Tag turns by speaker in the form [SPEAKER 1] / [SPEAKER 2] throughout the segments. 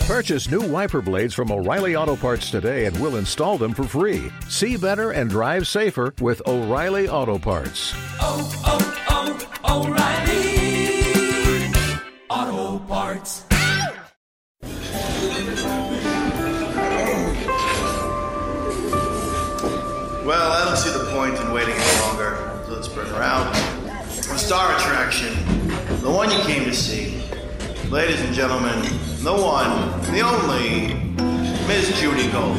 [SPEAKER 1] Purchase new wiper blades from O'Reilly Auto Parts today and we'll install them for free. See better and drive safer with O'Reilly Auto Parts.
[SPEAKER 2] oh, oh, O'Reilly Auto Parts.
[SPEAKER 3] Well, I don't see the point in waiting any longer, so let's bring her out. The star attraction, the one you came to see. Ladies and gentlemen, the one, the only, Miss Judy Gold.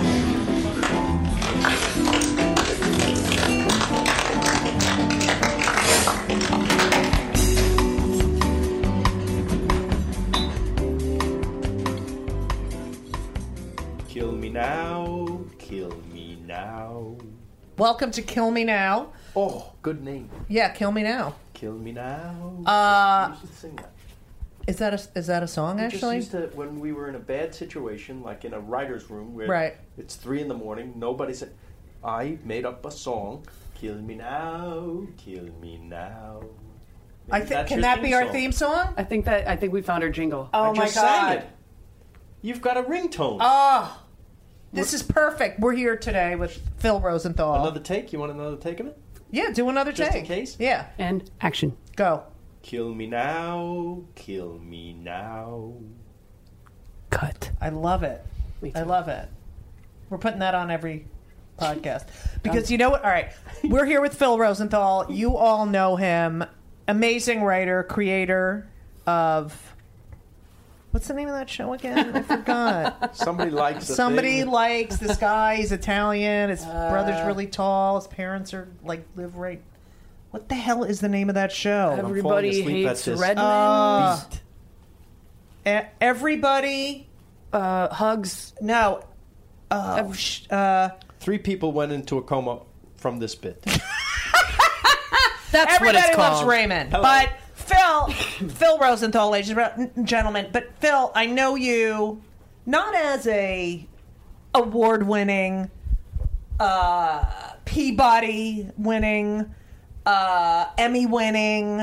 [SPEAKER 4] Kill me now, kill me now.
[SPEAKER 5] Welcome to Kill Me Now.
[SPEAKER 4] Oh, good name.
[SPEAKER 5] Yeah, Kill Me Now.
[SPEAKER 4] Kill me now. Uh, used to sing that.
[SPEAKER 5] Is that a is that a song
[SPEAKER 4] We
[SPEAKER 5] actually?
[SPEAKER 4] just used to when we were in a bad situation, like in a writer's room where
[SPEAKER 5] Right.
[SPEAKER 4] it's three in the morning, nobody's. I made up a song. Kill me now, kill me now.
[SPEAKER 5] I
[SPEAKER 4] Maybe
[SPEAKER 5] think
[SPEAKER 4] that's
[SPEAKER 5] can
[SPEAKER 4] your
[SPEAKER 5] that be our
[SPEAKER 4] song.
[SPEAKER 5] theme song?
[SPEAKER 6] I think that I think we found our jingle.
[SPEAKER 5] Oh
[SPEAKER 4] I
[SPEAKER 5] my
[SPEAKER 4] just Sang
[SPEAKER 5] god.
[SPEAKER 4] it. You've got a ringtone.
[SPEAKER 5] Oh. This is perfect. We're here today with Phil Rosenthal.
[SPEAKER 4] another take. You want another take of it?
[SPEAKER 5] yeah, do another
[SPEAKER 4] Just
[SPEAKER 5] take.
[SPEAKER 4] in case?
[SPEAKER 5] Yeah.
[SPEAKER 6] And action.
[SPEAKER 5] Go.
[SPEAKER 4] Kill me now, kill me now.
[SPEAKER 6] Cut.
[SPEAKER 5] I love it.
[SPEAKER 6] Me
[SPEAKER 5] I
[SPEAKER 6] too.
[SPEAKER 5] love it. We're putting that on every podcast because you know what? All right, we're here with Phil Rosenthal. You all know him, amazing writer, creator of what's the name of that show again? I forgot.
[SPEAKER 4] Somebody likes. a
[SPEAKER 5] Somebody
[SPEAKER 4] thing.
[SPEAKER 5] likes this guy. He's Italian. His brother's really tall. His parents are like live right. What the hell is the name of that show?
[SPEAKER 6] Everybody
[SPEAKER 4] asleep at
[SPEAKER 6] hates
[SPEAKER 4] this.
[SPEAKER 6] Redman.
[SPEAKER 4] Uh,
[SPEAKER 5] E- Everybody
[SPEAKER 6] uh, hugs.
[SPEAKER 5] no. Oh, sh- uh,
[SPEAKER 4] Three people went into a coma from this bit.
[SPEAKER 6] That's what
[SPEAKER 5] Everybody
[SPEAKER 6] it's
[SPEAKER 5] loves
[SPEAKER 6] called.
[SPEAKER 5] Raymond, but Phil, Phil Rosenthal, ladies and gentlemen. But Phil, I know you not as a award-winning, uh, Peabody-winning, uh, Emmy-winning.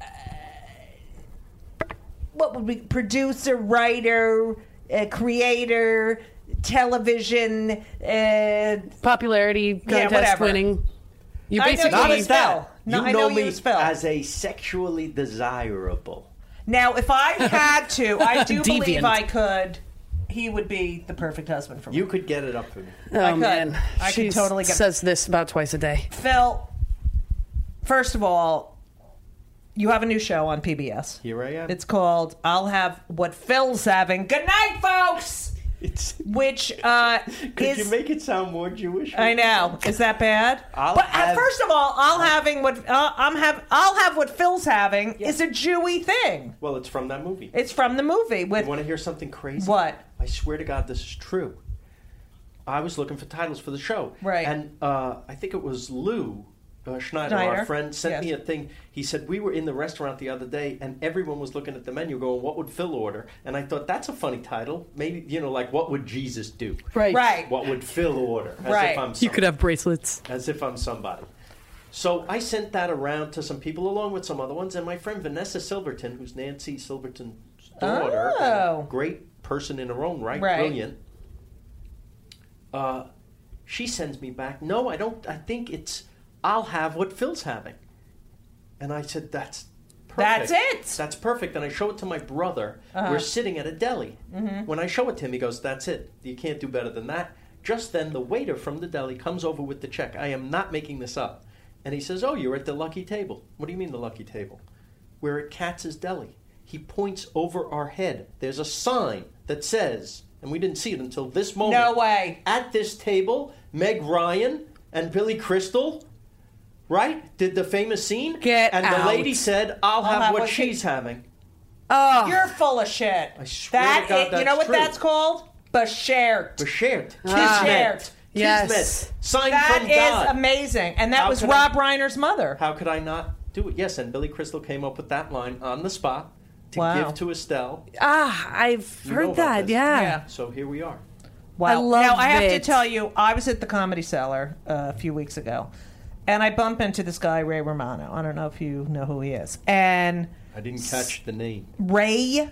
[SPEAKER 5] uh, What would be producer, writer, uh, creator, television? Uh,
[SPEAKER 6] Popularity contest
[SPEAKER 5] whatever.
[SPEAKER 6] winning. You
[SPEAKER 5] I know
[SPEAKER 6] basically
[SPEAKER 5] you as that. No,
[SPEAKER 4] you
[SPEAKER 5] I
[SPEAKER 4] know,
[SPEAKER 5] know
[SPEAKER 4] me
[SPEAKER 5] you as Phil.
[SPEAKER 4] as a sexually desirable.
[SPEAKER 5] Now, if I had to, I do believe
[SPEAKER 6] Deviant.
[SPEAKER 5] I could. He would be the perfect husband for me.
[SPEAKER 4] You could get it up for me.
[SPEAKER 6] Oh,
[SPEAKER 5] could.
[SPEAKER 6] man.
[SPEAKER 5] I could
[SPEAKER 6] She
[SPEAKER 5] totally get-
[SPEAKER 6] says this about twice a day.
[SPEAKER 5] Phil, first of all, you have a new show on PBS.
[SPEAKER 4] Here I am.
[SPEAKER 5] It's called "I'll Have What Phil's Having." Good night, folks.
[SPEAKER 4] It's,
[SPEAKER 5] Which uh,
[SPEAKER 4] could
[SPEAKER 5] is
[SPEAKER 4] you make it sound more Jewish?
[SPEAKER 5] I know. Is that bad?
[SPEAKER 4] I'll
[SPEAKER 5] but uh,
[SPEAKER 4] have-
[SPEAKER 5] first of all, I'll having what uh, I'm have I'll have what Phil's having is a Jewy thing.
[SPEAKER 4] Well, it's from that movie.
[SPEAKER 5] It's from the movie with
[SPEAKER 4] you want to hear something crazy?
[SPEAKER 5] What?
[SPEAKER 4] I swear to God, this is true. I was looking for titles for the show.
[SPEAKER 5] Right.
[SPEAKER 4] And uh, I think it was Lou uh, Schneider,
[SPEAKER 5] Schneider,
[SPEAKER 4] our friend, sent
[SPEAKER 5] yes.
[SPEAKER 4] me a thing. He said, We were in the restaurant the other day and everyone was looking at the menu going, What would Phil order? And I thought, That's a funny title. Maybe, you know, like, What would Jesus do?
[SPEAKER 6] Right.
[SPEAKER 5] right.
[SPEAKER 4] What would Phil order? As
[SPEAKER 5] Right.
[SPEAKER 4] If I'm
[SPEAKER 6] You could
[SPEAKER 4] some-
[SPEAKER 6] have bracelets.
[SPEAKER 4] as if I'm somebody. So I sent that around to some people, along with some other ones, and my friend Vanessa Silverton, who's Nancy Silverton's daughter, and a
[SPEAKER 5] Oh.
[SPEAKER 4] great person in her own right,
[SPEAKER 5] Right.
[SPEAKER 4] brilliant. Uh, she sends me back. No, I don't. I think it's I'll have what Phil's having, and I said that's. Perfect.
[SPEAKER 5] That's it.
[SPEAKER 4] That's perfect. And I show it to my brother.
[SPEAKER 5] Uh-huh.
[SPEAKER 4] We're sitting at a deli.
[SPEAKER 5] Mm-hmm.
[SPEAKER 4] When I show it to him, he goes, "That's it. You can't do better than that." Just then, the waiter from the deli comes over with the check. I am not making this up. And he says, "Oh, you're at the lucky table." What do you mean the lucky table? We're at Katz's Deli. He points over our head. There's a sign that says, and we didn't see it until this moment.
[SPEAKER 5] No way.
[SPEAKER 4] At this table, Meg Ryan and Billy Crystal, right? Did the famous scene?
[SPEAKER 5] Get
[SPEAKER 4] and
[SPEAKER 5] out.
[SPEAKER 4] the lady said, "I'll, have,
[SPEAKER 5] have
[SPEAKER 4] what,
[SPEAKER 5] what she-
[SPEAKER 4] she's having."
[SPEAKER 5] Oh, you're full of shit.
[SPEAKER 4] I swear to God,
[SPEAKER 5] you know
[SPEAKER 4] that's
[SPEAKER 5] what
[SPEAKER 4] true.
[SPEAKER 5] that's called? Bashert.
[SPEAKER 4] But shared,
[SPEAKER 5] Ah.
[SPEAKER 4] kismet,
[SPEAKER 6] Yes.
[SPEAKER 4] kismet, sign
[SPEAKER 5] That
[SPEAKER 4] from
[SPEAKER 5] is
[SPEAKER 4] God.
[SPEAKER 5] amazing, and that
[SPEAKER 4] How
[SPEAKER 5] was
[SPEAKER 4] could I-
[SPEAKER 5] Rob Reiner's mother.
[SPEAKER 4] How could I not do it? Yes, and Billy Crystal came up with that line on the spot to
[SPEAKER 5] Wow.
[SPEAKER 4] give to Estelle.
[SPEAKER 6] Ah, I've
[SPEAKER 4] You know
[SPEAKER 6] heard
[SPEAKER 4] about
[SPEAKER 6] that.
[SPEAKER 4] this.
[SPEAKER 6] Yeah.
[SPEAKER 5] Yeah.
[SPEAKER 4] So here we are.
[SPEAKER 5] Wow.
[SPEAKER 6] I love
[SPEAKER 5] now I have to
[SPEAKER 6] it.
[SPEAKER 5] tell you, I was at the Comedy Cellar uh, a few weeks ago, and I bump into this guy Ray Romano. I don't know if you know who he is, and
[SPEAKER 4] I didn't catch the name.
[SPEAKER 5] Ray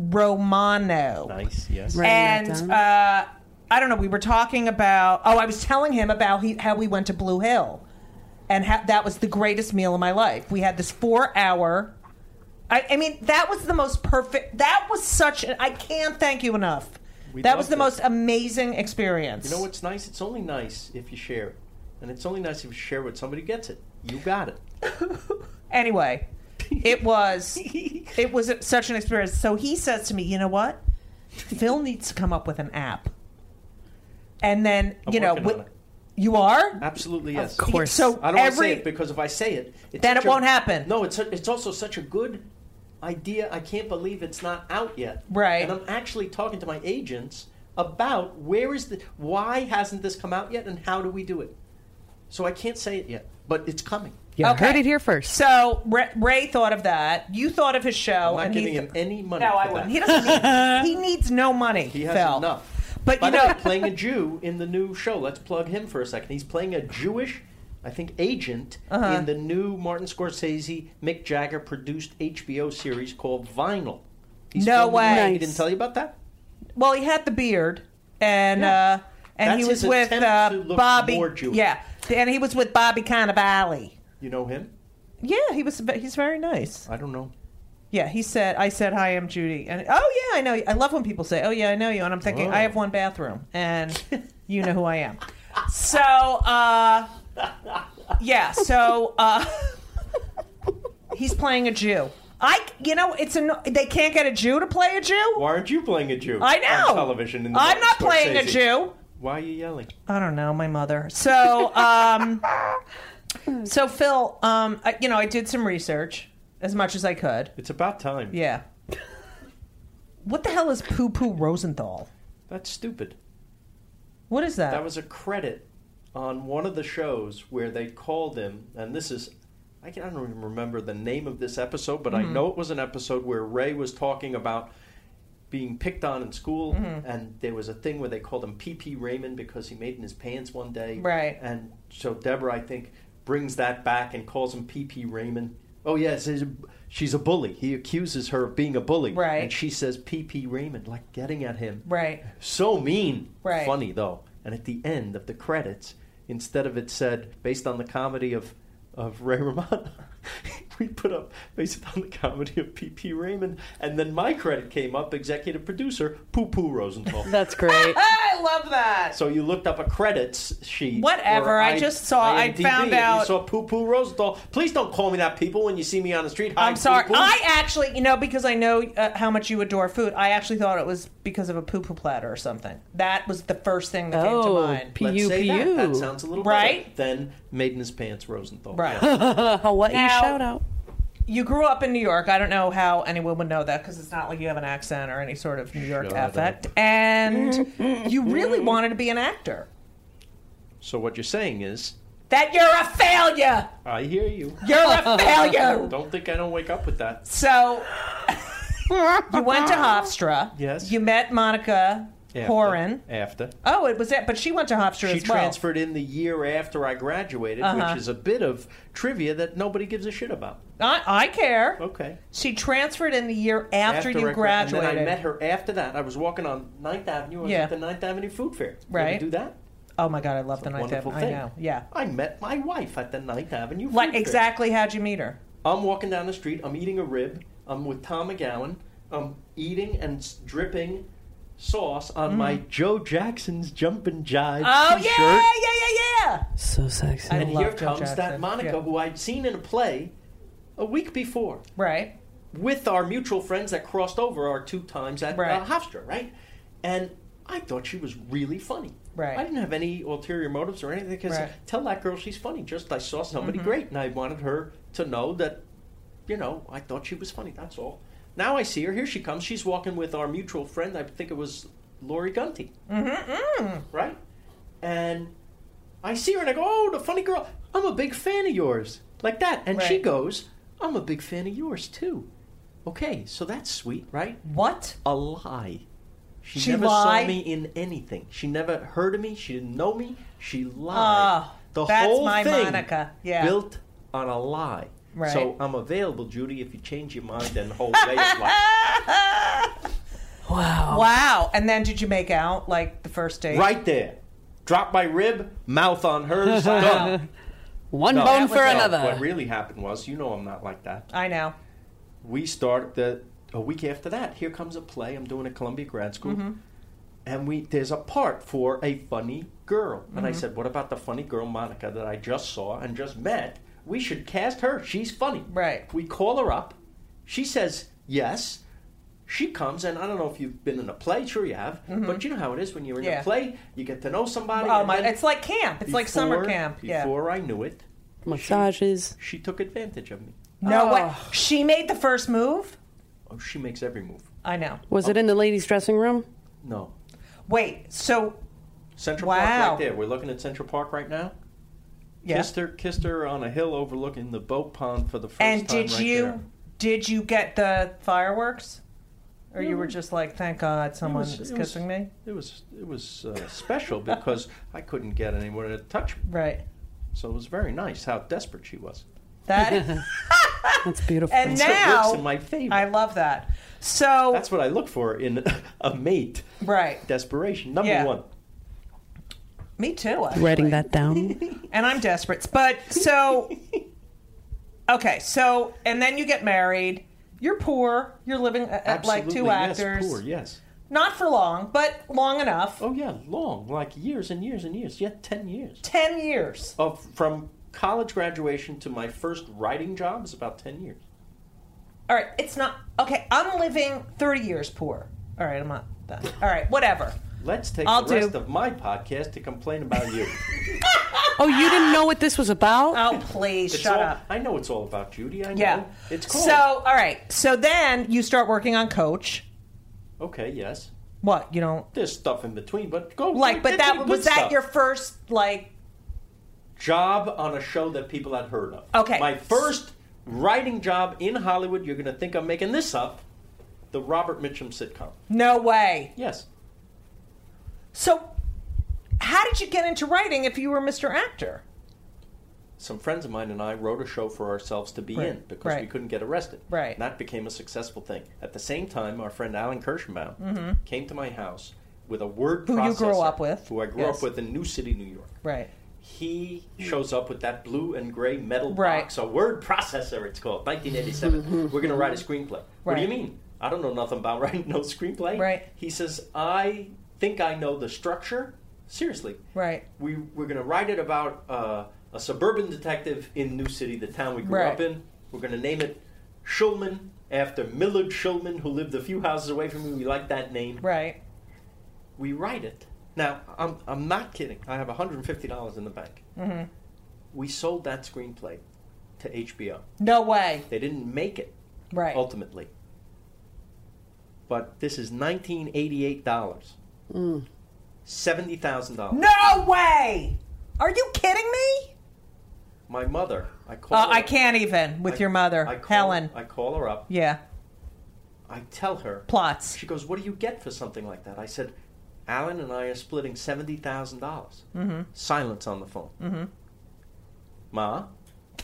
[SPEAKER 5] Romano.
[SPEAKER 4] Nice. Yes.
[SPEAKER 6] Writing that
[SPEAKER 5] and
[SPEAKER 6] down.
[SPEAKER 5] uh, I don't know. We were talking about. Oh, I was telling him about he, how we went to Blue Hill, and how, that was the greatest meal of my life. We had this four-hour. I, I mean, that was the most perfect. That was such. An, I can't thank you enough.
[SPEAKER 4] We
[SPEAKER 5] that was
[SPEAKER 4] loved
[SPEAKER 5] the
[SPEAKER 4] it.
[SPEAKER 5] most amazing experience.
[SPEAKER 4] You know what's nice? It's only nice if you share it, and it's only nice if you share with somebody who gets it. You got it.
[SPEAKER 5] Anyway, it was it was such an experience. So he says to me, "You know what? Phil needs to come up with an app." And then
[SPEAKER 4] I'm
[SPEAKER 5] you know,
[SPEAKER 4] working
[SPEAKER 5] wi-
[SPEAKER 4] on it.
[SPEAKER 5] you are.
[SPEAKER 4] Absolutely yes.
[SPEAKER 6] Of course.
[SPEAKER 5] So
[SPEAKER 4] I don't want to
[SPEAKER 5] every
[SPEAKER 4] say it because if I say it, it's
[SPEAKER 5] Then
[SPEAKER 4] such
[SPEAKER 5] it won't happen.
[SPEAKER 4] No, it's a, it's also such a good idea. I can't believe it's not out yet.
[SPEAKER 5] Right.
[SPEAKER 4] And I'm actually talking to my agents about where is the why hasn't this come out yet and how do we do it? So I can't say it yet, but it's coming.
[SPEAKER 6] you
[SPEAKER 5] Okay.
[SPEAKER 6] heard it here first.
[SPEAKER 5] So Ray, Ray thought of that. You thought of his
[SPEAKER 4] I'm
[SPEAKER 5] show.
[SPEAKER 4] not
[SPEAKER 5] and
[SPEAKER 4] giving
[SPEAKER 5] he
[SPEAKER 4] him any money.
[SPEAKER 5] No,
[SPEAKER 4] for
[SPEAKER 5] I
[SPEAKER 4] that.
[SPEAKER 5] wouldn't. He doesn't. Need, he needs no money.
[SPEAKER 4] He has
[SPEAKER 5] Phil.
[SPEAKER 4] enough.
[SPEAKER 5] But
[SPEAKER 4] By
[SPEAKER 5] you
[SPEAKER 4] the
[SPEAKER 5] know,
[SPEAKER 4] way, playing a Jew in the new show. Let's plug him for a second. He's playing a Jewish, I think, agent
[SPEAKER 5] Uh-huh.
[SPEAKER 4] in the new Martin Scorsese, Mick Jagger produced HBO series called Vinyl. He's
[SPEAKER 5] No
[SPEAKER 4] filming that.
[SPEAKER 5] way.
[SPEAKER 4] He didn't tell you about that.
[SPEAKER 5] well, he had the beard, and
[SPEAKER 4] Yeah.
[SPEAKER 5] uh, and
[SPEAKER 4] That's
[SPEAKER 5] he was
[SPEAKER 4] his
[SPEAKER 5] with
[SPEAKER 4] attempt
[SPEAKER 5] uh,
[SPEAKER 4] to look
[SPEAKER 5] Bobby.
[SPEAKER 4] more Jewish.
[SPEAKER 5] Yeah, and he was with Bobby Cannavale.
[SPEAKER 4] You know him?
[SPEAKER 5] Yeah, he was. He's very nice.
[SPEAKER 4] I don't know.
[SPEAKER 5] Yeah, he said, "I said hi, I'm Judy," and oh yeah, I know. you." I love when people say, "Oh yeah, I know you," and I'm thinking,
[SPEAKER 4] Oh.
[SPEAKER 5] I have one bathroom, and you know who I am. So, uh, yeah, so uh, he's playing a Jew. I, you know, it's an they can't get a Jew to play a Jew.
[SPEAKER 4] Why aren't you playing a Jew?
[SPEAKER 5] I know
[SPEAKER 4] On television. In the Martin
[SPEAKER 5] I'm not playing a
[SPEAKER 4] Scorsese?
[SPEAKER 5] Jew.
[SPEAKER 4] Why are you yelling?
[SPEAKER 5] I don't know, my mother. So, um, so Phil, um, I, you know, I did some research as much as I could.
[SPEAKER 4] It's about time.
[SPEAKER 5] Yeah. What the hell is Poo Poo Rosenthal?
[SPEAKER 4] That's stupid.
[SPEAKER 5] What is that?
[SPEAKER 4] That was a credit on one of the shows where they called him, and this is, I, can, I don't even remember the name of this episode, but
[SPEAKER 5] Mm-hmm.
[SPEAKER 4] I know it was an episode where Ray was talking about being picked on in school,
[SPEAKER 5] Mm-hmm.
[SPEAKER 4] and there was a thing where they called him PP Raymond because he made in his pants one day.
[SPEAKER 5] Right.
[SPEAKER 4] And so Deborah, I think, brings that back and calls him PP Raymond. Oh, yes, he's a- she's a bully. He accuses her of being a bully.
[SPEAKER 5] Right.
[SPEAKER 4] And she says PP Raymond, like getting at him
[SPEAKER 5] right.
[SPEAKER 4] so mean.
[SPEAKER 5] Right.
[SPEAKER 4] Funny though. And at the end of the credits, instead of it said based on the comedy of of Ray Romano, we put up based on the comedy of P.P. Raymond, and then my credit came up, executive producer Poo Poo Rosenthal.
[SPEAKER 6] That's great.
[SPEAKER 5] I love that.
[SPEAKER 4] so you looked up a credits sheet.
[SPEAKER 5] Whatever,
[SPEAKER 4] or
[SPEAKER 5] I just saw- I
[SPEAKER 4] IMDb,
[SPEAKER 5] found
[SPEAKER 4] and You
[SPEAKER 5] out-
[SPEAKER 4] saw Poo Poo Rosenthal. Please don't call me that, people. When you see me on the street, Hi,
[SPEAKER 5] I'm sorry.
[SPEAKER 4] Poo Poo.
[SPEAKER 5] I actually, you know, because I know uh, how much you adore food, I actually thought it was because of a poo poo platter or something. That was the first thing that came to
[SPEAKER 6] Oh,
[SPEAKER 5] mind.
[SPEAKER 6] P-
[SPEAKER 4] Let's say
[SPEAKER 6] PU.
[SPEAKER 4] that. That sounds a little
[SPEAKER 5] Right?
[SPEAKER 4] better than Made in His Pants Rosenthal.
[SPEAKER 5] Right.
[SPEAKER 6] Hawaii
[SPEAKER 5] Now-
[SPEAKER 6] shout out.
[SPEAKER 5] you grew up in New York. I don't know how anyone would know that because it's not like you have an accent or any sort of New York
[SPEAKER 4] Shut up.
[SPEAKER 5] affect. And you really wanted to be an actor.
[SPEAKER 4] So what you're saying is,
[SPEAKER 5] That you're a failure.
[SPEAKER 4] I hear you.
[SPEAKER 5] You're a failure.
[SPEAKER 4] Don't think I don't wake up with that.
[SPEAKER 5] So you went to Hofstra.
[SPEAKER 4] Yes.
[SPEAKER 5] You met Monica Horan.
[SPEAKER 4] After.
[SPEAKER 5] Oh, it was it, but she went to Hofstra
[SPEAKER 4] She
[SPEAKER 5] as well. Uh-huh.
[SPEAKER 4] transferred in the year after I graduated, which is a bit of trivia that nobody gives a shit about.
[SPEAKER 5] I, I care.
[SPEAKER 4] Okay.
[SPEAKER 5] She transferred in the year after, you
[SPEAKER 4] I gra- and
[SPEAKER 5] graduated.
[SPEAKER 4] then I met her after that. I was walking on 9th Avenue. I was
[SPEAKER 5] Yeah.
[SPEAKER 4] at the 9th Avenue Food Fair. You ever
[SPEAKER 5] Right.
[SPEAKER 4] do that?
[SPEAKER 5] Oh my god, I love the night
[SPEAKER 4] Wonderful
[SPEAKER 5] I
[SPEAKER 4] thing.
[SPEAKER 5] know. Yeah.
[SPEAKER 4] I met my wife at the 9th Avenue Food
[SPEAKER 5] Like
[SPEAKER 4] Fair.
[SPEAKER 5] exactly how'd you meet her?
[SPEAKER 4] I'm walking down the street. I'm eating a rib. I'm with Tom McGowan. I'm eating and s- dripping sauce on my
[SPEAKER 5] Mm.
[SPEAKER 4] Joe Jackson's Jumpin' Jive
[SPEAKER 5] Oh
[SPEAKER 4] t-shirt.
[SPEAKER 5] yeah, yeah, yeah, yeah.
[SPEAKER 6] So sexy.
[SPEAKER 5] I-
[SPEAKER 4] And
[SPEAKER 5] love
[SPEAKER 4] here
[SPEAKER 5] Joe
[SPEAKER 4] comes
[SPEAKER 5] Jackson.
[SPEAKER 4] that Monica
[SPEAKER 5] Yeah.
[SPEAKER 4] who I'd seen in a play a week before
[SPEAKER 5] Right.
[SPEAKER 4] with our mutual friends that crossed over our two times at
[SPEAKER 5] Right.
[SPEAKER 4] uh, Hofstra, right? And I thought she was really funny.
[SPEAKER 5] Right.
[SPEAKER 4] I didn't have any ulterior motives or anything because
[SPEAKER 5] Right. Mm-hmm.
[SPEAKER 4] tell that girl she's funny. Just I saw somebody great and I wanted her to know that, you know, I thought she was funny. That's all. Now I see her. Here she comes. She's walking with our mutual friend. I think it was Lori Gunty. Mm-hmm. Right? And I see her and I go, oh, the funny girl. I'm a big fan of yours. Like that. And she
[SPEAKER 5] Right.
[SPEAKER 4] goes, I'm a big fan of yours too. Okay, so that's sweet, right?
[SPEAKER 5] What?
[SPEAKER 4] A lie. She,
[SPEAKER 5] She
[SPEAKER 4] never
[SPEAKER 5] lied?
[SPEAKER 4] saw me in anything. She never heard of me. She didn't know me. She lied.
[SPEAKER 5] Ah,
[SPEAKER 4] the
[SPEAKER 5] that's
[SPEAKER 4] whole
[SPEAKER 5] my
[SPEAKER 4] thing
[SPEAKER 5] Monica. Yeah.
[SPEAKER 4] built on a lie.
[SPEAKER 5] Right.
[SPEAKER 4] So I'm available, Judy, if you change your mind and whole way of life.
[SPEAKER 5] Wow. And then did you make out like the first date?
[SPEAKER 4] Um, Right there. Drop my rib, mouth on hers, done.
[SPEAKER 6] One
[SPEAKER 4] No,
[SPEAKER 6] bone
[SPEAKER 4] that
[SPEAKER 6] for
[SPEAKER 4] was- no,
[SPEAKER 6] another.
[SPEAKER 4] What really happened was, you know I'm not like that.
[SPEAKER 5] I know.
[SPEAKER 4] We start the a week after that. Here comes a play I'm doing at Columbia Grad School.
[SPEAKER 5] Mm-hmm.
[SPEAKER 4] And we there's a part for a funny girl. And
[SPEAKER 5] Mm-hmm.
[SPEAKER 4] I said, What about the funny girl Monica that I just saw and just met? We should cast her. She's funny.
[SPEAKER 5] Right.
[SPEAKER 4] We call her up. She says yes. She comes, and I don't know if you've been in a play, sure you have, but you know how it is when you're in
[SPEAKER 5] Mm-hmm. Yeah.
[SPEAKER 4] a play, you get to know somebody.
[SPEAKER 5] Oh
[SPEAKER 4] and
[SPEAKER 5] my!
[SPEAKER 4] then-
[SPEAKER 5] It's like camp. It's like summer
[SPEAKER 4] before-
[SPEAKER 5] camp. Yeah.
[SPEAKER 4] Before I knew it,
[SPEAKER 6] Massages.
[SPEAKER 4] she took advantage of me.
[SPEAKER 5] No way.
[SPEAKER 6] Oh.
[SPEAKER 5] She made the first move.
[SPEAKER 4] Oh, she makes every move.
[SPEAKER 5] I know.
[SPEAKER 6] Was it in the ladies' dressing room?
[SPEAKER 4] No.
[SPEAKER 5] Wait. So
[SPEAKER 4] Central
[SPEAKER 5] Wow.
[SPEAKER 4] Park right there. We're looking at Central Park right now.
[SPEAKER 5] yeah.
[SPEAKER 4] Kissed her, kissed her on a hill overlooking the boat pond for the first
[SPEAKER 5] and
[SPEAKER 4] time
[SPEAKER 5] did
[SPEAKER 4] right
[SPEAKER 5] you
[SPEAKER 4] there.
[SPEAKER 5] did you get the fireworks? Or you were just like, thank God someone
[SPEAKER 4] was-
[SPEAKER 5] is
[SPEAKER 4] it was-
[SPEAKER 5] kissing me?
[SPEAKER 4] It was it was uh, special because I couldn't get anyone to touch me.
[SPEAKER 5] Right.
[SPEAKER 4] So it was very nice how desperate she was.
[SPEAKER 5] That
[SPEAKER 6] That's beautiful.
[SPEAKER 5] and
[SPEAKER 4] So it works in
[SPEAKER 5] now
[SPEAKER 4] my favor.
[SPEAKER 5] I love that. So
[SPEAKER 4] That's what I look for in a mate.
[SPEAKER 5] right.
[SPEAKER 4] Desperation number
[SPEAKER 5] Yeah.
[SPEAKER 4] one.
[SPEAKER 5] Me too. actually.
[SPEAKER 6] Writing that down.
[SPEAKER 5] And I'm desperate. But so okay. So and then you get married. You're poor. You're living at, at, like
[SPEAKER 4] Absolutely,
[SPEAKER 5] two
[SPEAKER 4] yes,
[SPEAKER 5] actors.
[SPEAKER 4] Poor, yes.
[SPEAKER 5] Not for long, but long enough.
[SPEAKER 4] Oh yeah, long, like years and years and years. Yeah, ten years.
[SPEAKER 5] Ten years.
[SPEAKER 4] Of from college graduation to my first writing job is about ten years.
[SPEAKER 5] All right, it's not okay. I'm living 30 years poor. All right, I'm not that. All right, whatever.
[SPEAKER 4] Let's take
[SPEAKER 5] I'll
[SPEAKER 4] the rest
[SPEAKER 5] do.
[SPEAKER 4] of my podcast to complain about you.
[SPEAKER 6] Oh, you didn't know what this was about?
[SPEAKER 5] Oh, please
[SPEAKER 4] It's
[SPEAKER 5] shut
[SPEAKER 4] all-
[SPEAKER 5] up.
[SPEAKER 4] I know it's all about Judy. I know.
[SPEAKER 5] Yeah.
[SPEAKER 4] It's cool.
[SPEAKER 5] So, all right. So then you start working on coach.
[SPEAKER 4] okay, yes.
[SPEAKER 5] What? You don't
[SPEAKER 4] There's stuff in between, but go
[SPEAKER 5] like,
[SPEAKER 4] get to
[SPEAKER 5] but that
[SPEAKER 4] the
[SPEAKER 5] was
[SPEAKER 4] good
[SPEAKER 5] that
[SPEAKER 4] stuff.
[SPEAKER 5] your first like
[SPEAKER 4] job on a show that people had heard of.
[SPEAKER 5] Okay.
[SPEAKER 4] My first writing job in Hollywood. You're going to think I'm making this up. The Robert Mitchum sitcom.
[SPEAKER 5] no way.
[SPEAKER 4] Yes.
[SPEAKER 5] So how did you get into writing if you were Mr. Actor?
[SPEAKER 4] some friends of mine and I wrote a show for ourselves to be
[SPEAKER 5] Right,
[SPEAKER 4] in because we
[SPEAKER 5] right.
[SPEAKER 4] couldn't get arrested.
[SPEAKER 5] Right.
[SPEAKER 4] And that became a successful thing. At the same time, our friend Alan Kirschenbaum came to my house with a word
[SPEAKER 5] Mm-hmm. Who you
[SPEAKER 4] processor.
[SPEAKER 5] grew up with,
[SPEAKER 4] Who I grew
[SPEAKER 5] yes.
[SPEAKER 4] up with in New City, New York.
[SPEAKER 5] Right.
[SPEAKER 4] He shows up with that blue and gray metal
[SPEAKER 5] Right.
[SPEAKER 4] box, a word processor it's called, 1987. We're going to write a screenplay. What do you
[SPEAKER 5] Right.
[SPEAKER 4] mean? I don't know nothing about writing no screenplay.
[SPEAKER 5] Right.
[SPEAKER 4] He says, I think I know the structure. Seriously
[SPEAKER 5] Right.
[SPEAKER 4] we we're going to write it about uh, a suburban detective in New City, the town we grew
[SPEAKER 5] Right.
[SPEAKER 4] up in. We're going to name it Schulman after Millard Schulman, who lived a few houses away from me. We like that name.
[SPEAKER 5] Right.
[SPEAKER 4] We write it. Now, I'm, I'm not kidding. I have $150 in the bank. Mm-hmm. We sold that screenplay to HBO.
[SPEAKER 5] No way.
[SPEAKER 4] They didn't make it
[SPEAKER 5] Right.
[SPEAKER 4] ultimately. But this is $1988. $70,000.
[SPEAKER 5] No way. Are you kidding me?
[SPEAKER 4] My mother, I call
[SPEAKER 5] Uh,
[SPEAKER 4] her.
[SPEAKER 5] I can't even with
[SPEAKER 4] Oh. I-
[SPEAKER 5] your mother,
[SPEAKER 4] I call,
[SPEAKER 5] Helen.
[SPEAKER 4] I call her up.
[SPEAKER 5] yeah.
[SPEAKER 4] I tell her.
[SPEAKER 5] Plots.
[SPEAKER 4] She goes, "What do you get for something like that?" I said, "Alan and I are splitting seventy dollars."
[SPEAKER 5] Mm-hmm.
[SPEAKER 4] Silence on the phone. Mm-hmm. Ma,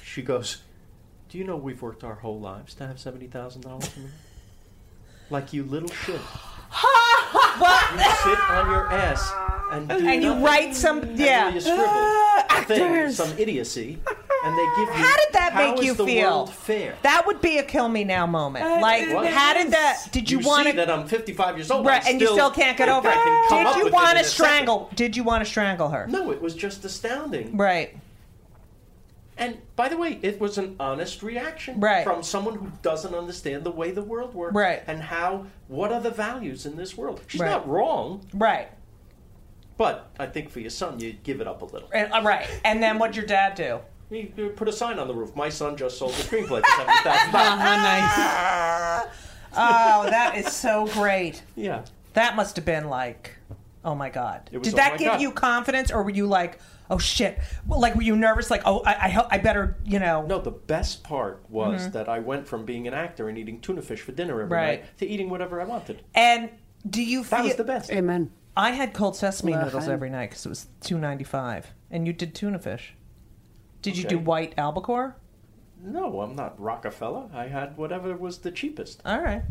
[SPEAKER 4] she goes, "Do you know we've worked our whole lives to have seventy thousand dollars?" Like you little shit,
[SPEAKER 5] What?
[SPEAKER 4] sit on your ass and do
[SPEAKER 5] and you
[SPEAKER 4] nothing.
[SPEAKER 5] write some.
[SPEAKER 4] yeah.
[SPEAKER 5] Yeah.
[SPEAKER 4] you scribble a thing,
[SPEAKER 6] actors.
[SPEAKER 4] some idiocy, and they give you.
[SPEAKER 5] How did that
[SPEAKER 4] "How
[SPEAKER 5] make
[SPEAKER 4] is
[SPEAKER 5] you
[SPEAKER 4] the
[SPEAKER 5] feel?
[SPEAKER 4] World fair.
[SPEAKER 5] That would be a kill me now moment. like,
[SPEAKER 4] What?
[SPEAKER 5] how did that? Did you,
[SPEAKER 4] you
[SPEAKER 5] want
[SPEAKER 4] see
[SPEAKER 5] to?
[SPEAKER 4] that I'm 55 years old,
[SPEAKER 5] Right,
[SPEAKER 4] I
[SPEAKER 5] and you still can't get
[SPEAKER 4] I-
[SPEAKER 5] over
[SPEAKER 4] I can
[SPEAKER 5] it.
[SPEAKER 4] come up
[SPEAKER 5] Did you
[SPEAKER 4] with
[SPEAKER 5] want
[SPEAKER 4] it
[SPEAKER 5] to
[SPEAKER 4] in a second.
[SPEAKER 5] strangle? Did you want to strangle her?
[SPEAKER 4] No, it was just astounding.
[SPEAKER 5] Right.
[SPEAKER 4] And by the way, it was an honest reaction
[SPEAKER 5] Right.
[SPEAKER 4] from someone who doesn't understand the way the world works
[SPEAKER 5] Right.
[SPEAKER 4] and how what are the values in this world. She's
[SPEAKER 5] Right.
[SPEAKER 4] not wrong,
[SPEAKER 5] Right.
[SPEAKER 4] but I think for your son, you'd give it up a little.
[SPEAKER 5] And, uh, right. And then what'd your dad do?
[SPEAKER 4] You, you put a sign on the roof. My son just sold the screenplay for seventy thousand dollars.
[SPEAKER 5] Uh-huh. Oh, that is so great.
[SPEAKER 4] Yeah.
[SPEAKER 5] That must have been like, oh my god.
[SPEAKER 4] was,
[SPEAKER 5] Did
[SPEAKER 4] oh
[SPEAKER 5] that
[SPEAKER 4] my
[SPEAKER 5] give
[SPEAKER 4] God.
[SPEAKER 5] you confidence, or were you like, oh shit? Well, Like, were you nervous? Like, oh, I, I, hope I better, you know.
[SPEAKER 4] No, the best part was that I went from being an actor and eating tuna fish for dinner every
[SPEAKER 5] Mm-hmm. Right.
[SPEAKER 4] night to eating whatever I wanted.
[SPEAKER 5] And do you feel
[SPEAKER 4] That was the best.
[SPEAKER 6] Amen.
[SPEAKER 5] I had cold sesame
[SPEAKER 6] Well,
[SPEAKER 5] noodles
[SPEAKER 6] I'm-
[SPEAKER 5] every night because it was two ninety five, and you did tuna fish. Did you
[SPEAKER 4] Okay.
[SPEAKER 5] do white albacore?
[SPEAKER 4] No, I'm not Rockefeller. I had whatever was the cheapest.
[SPEAKER 5] All right.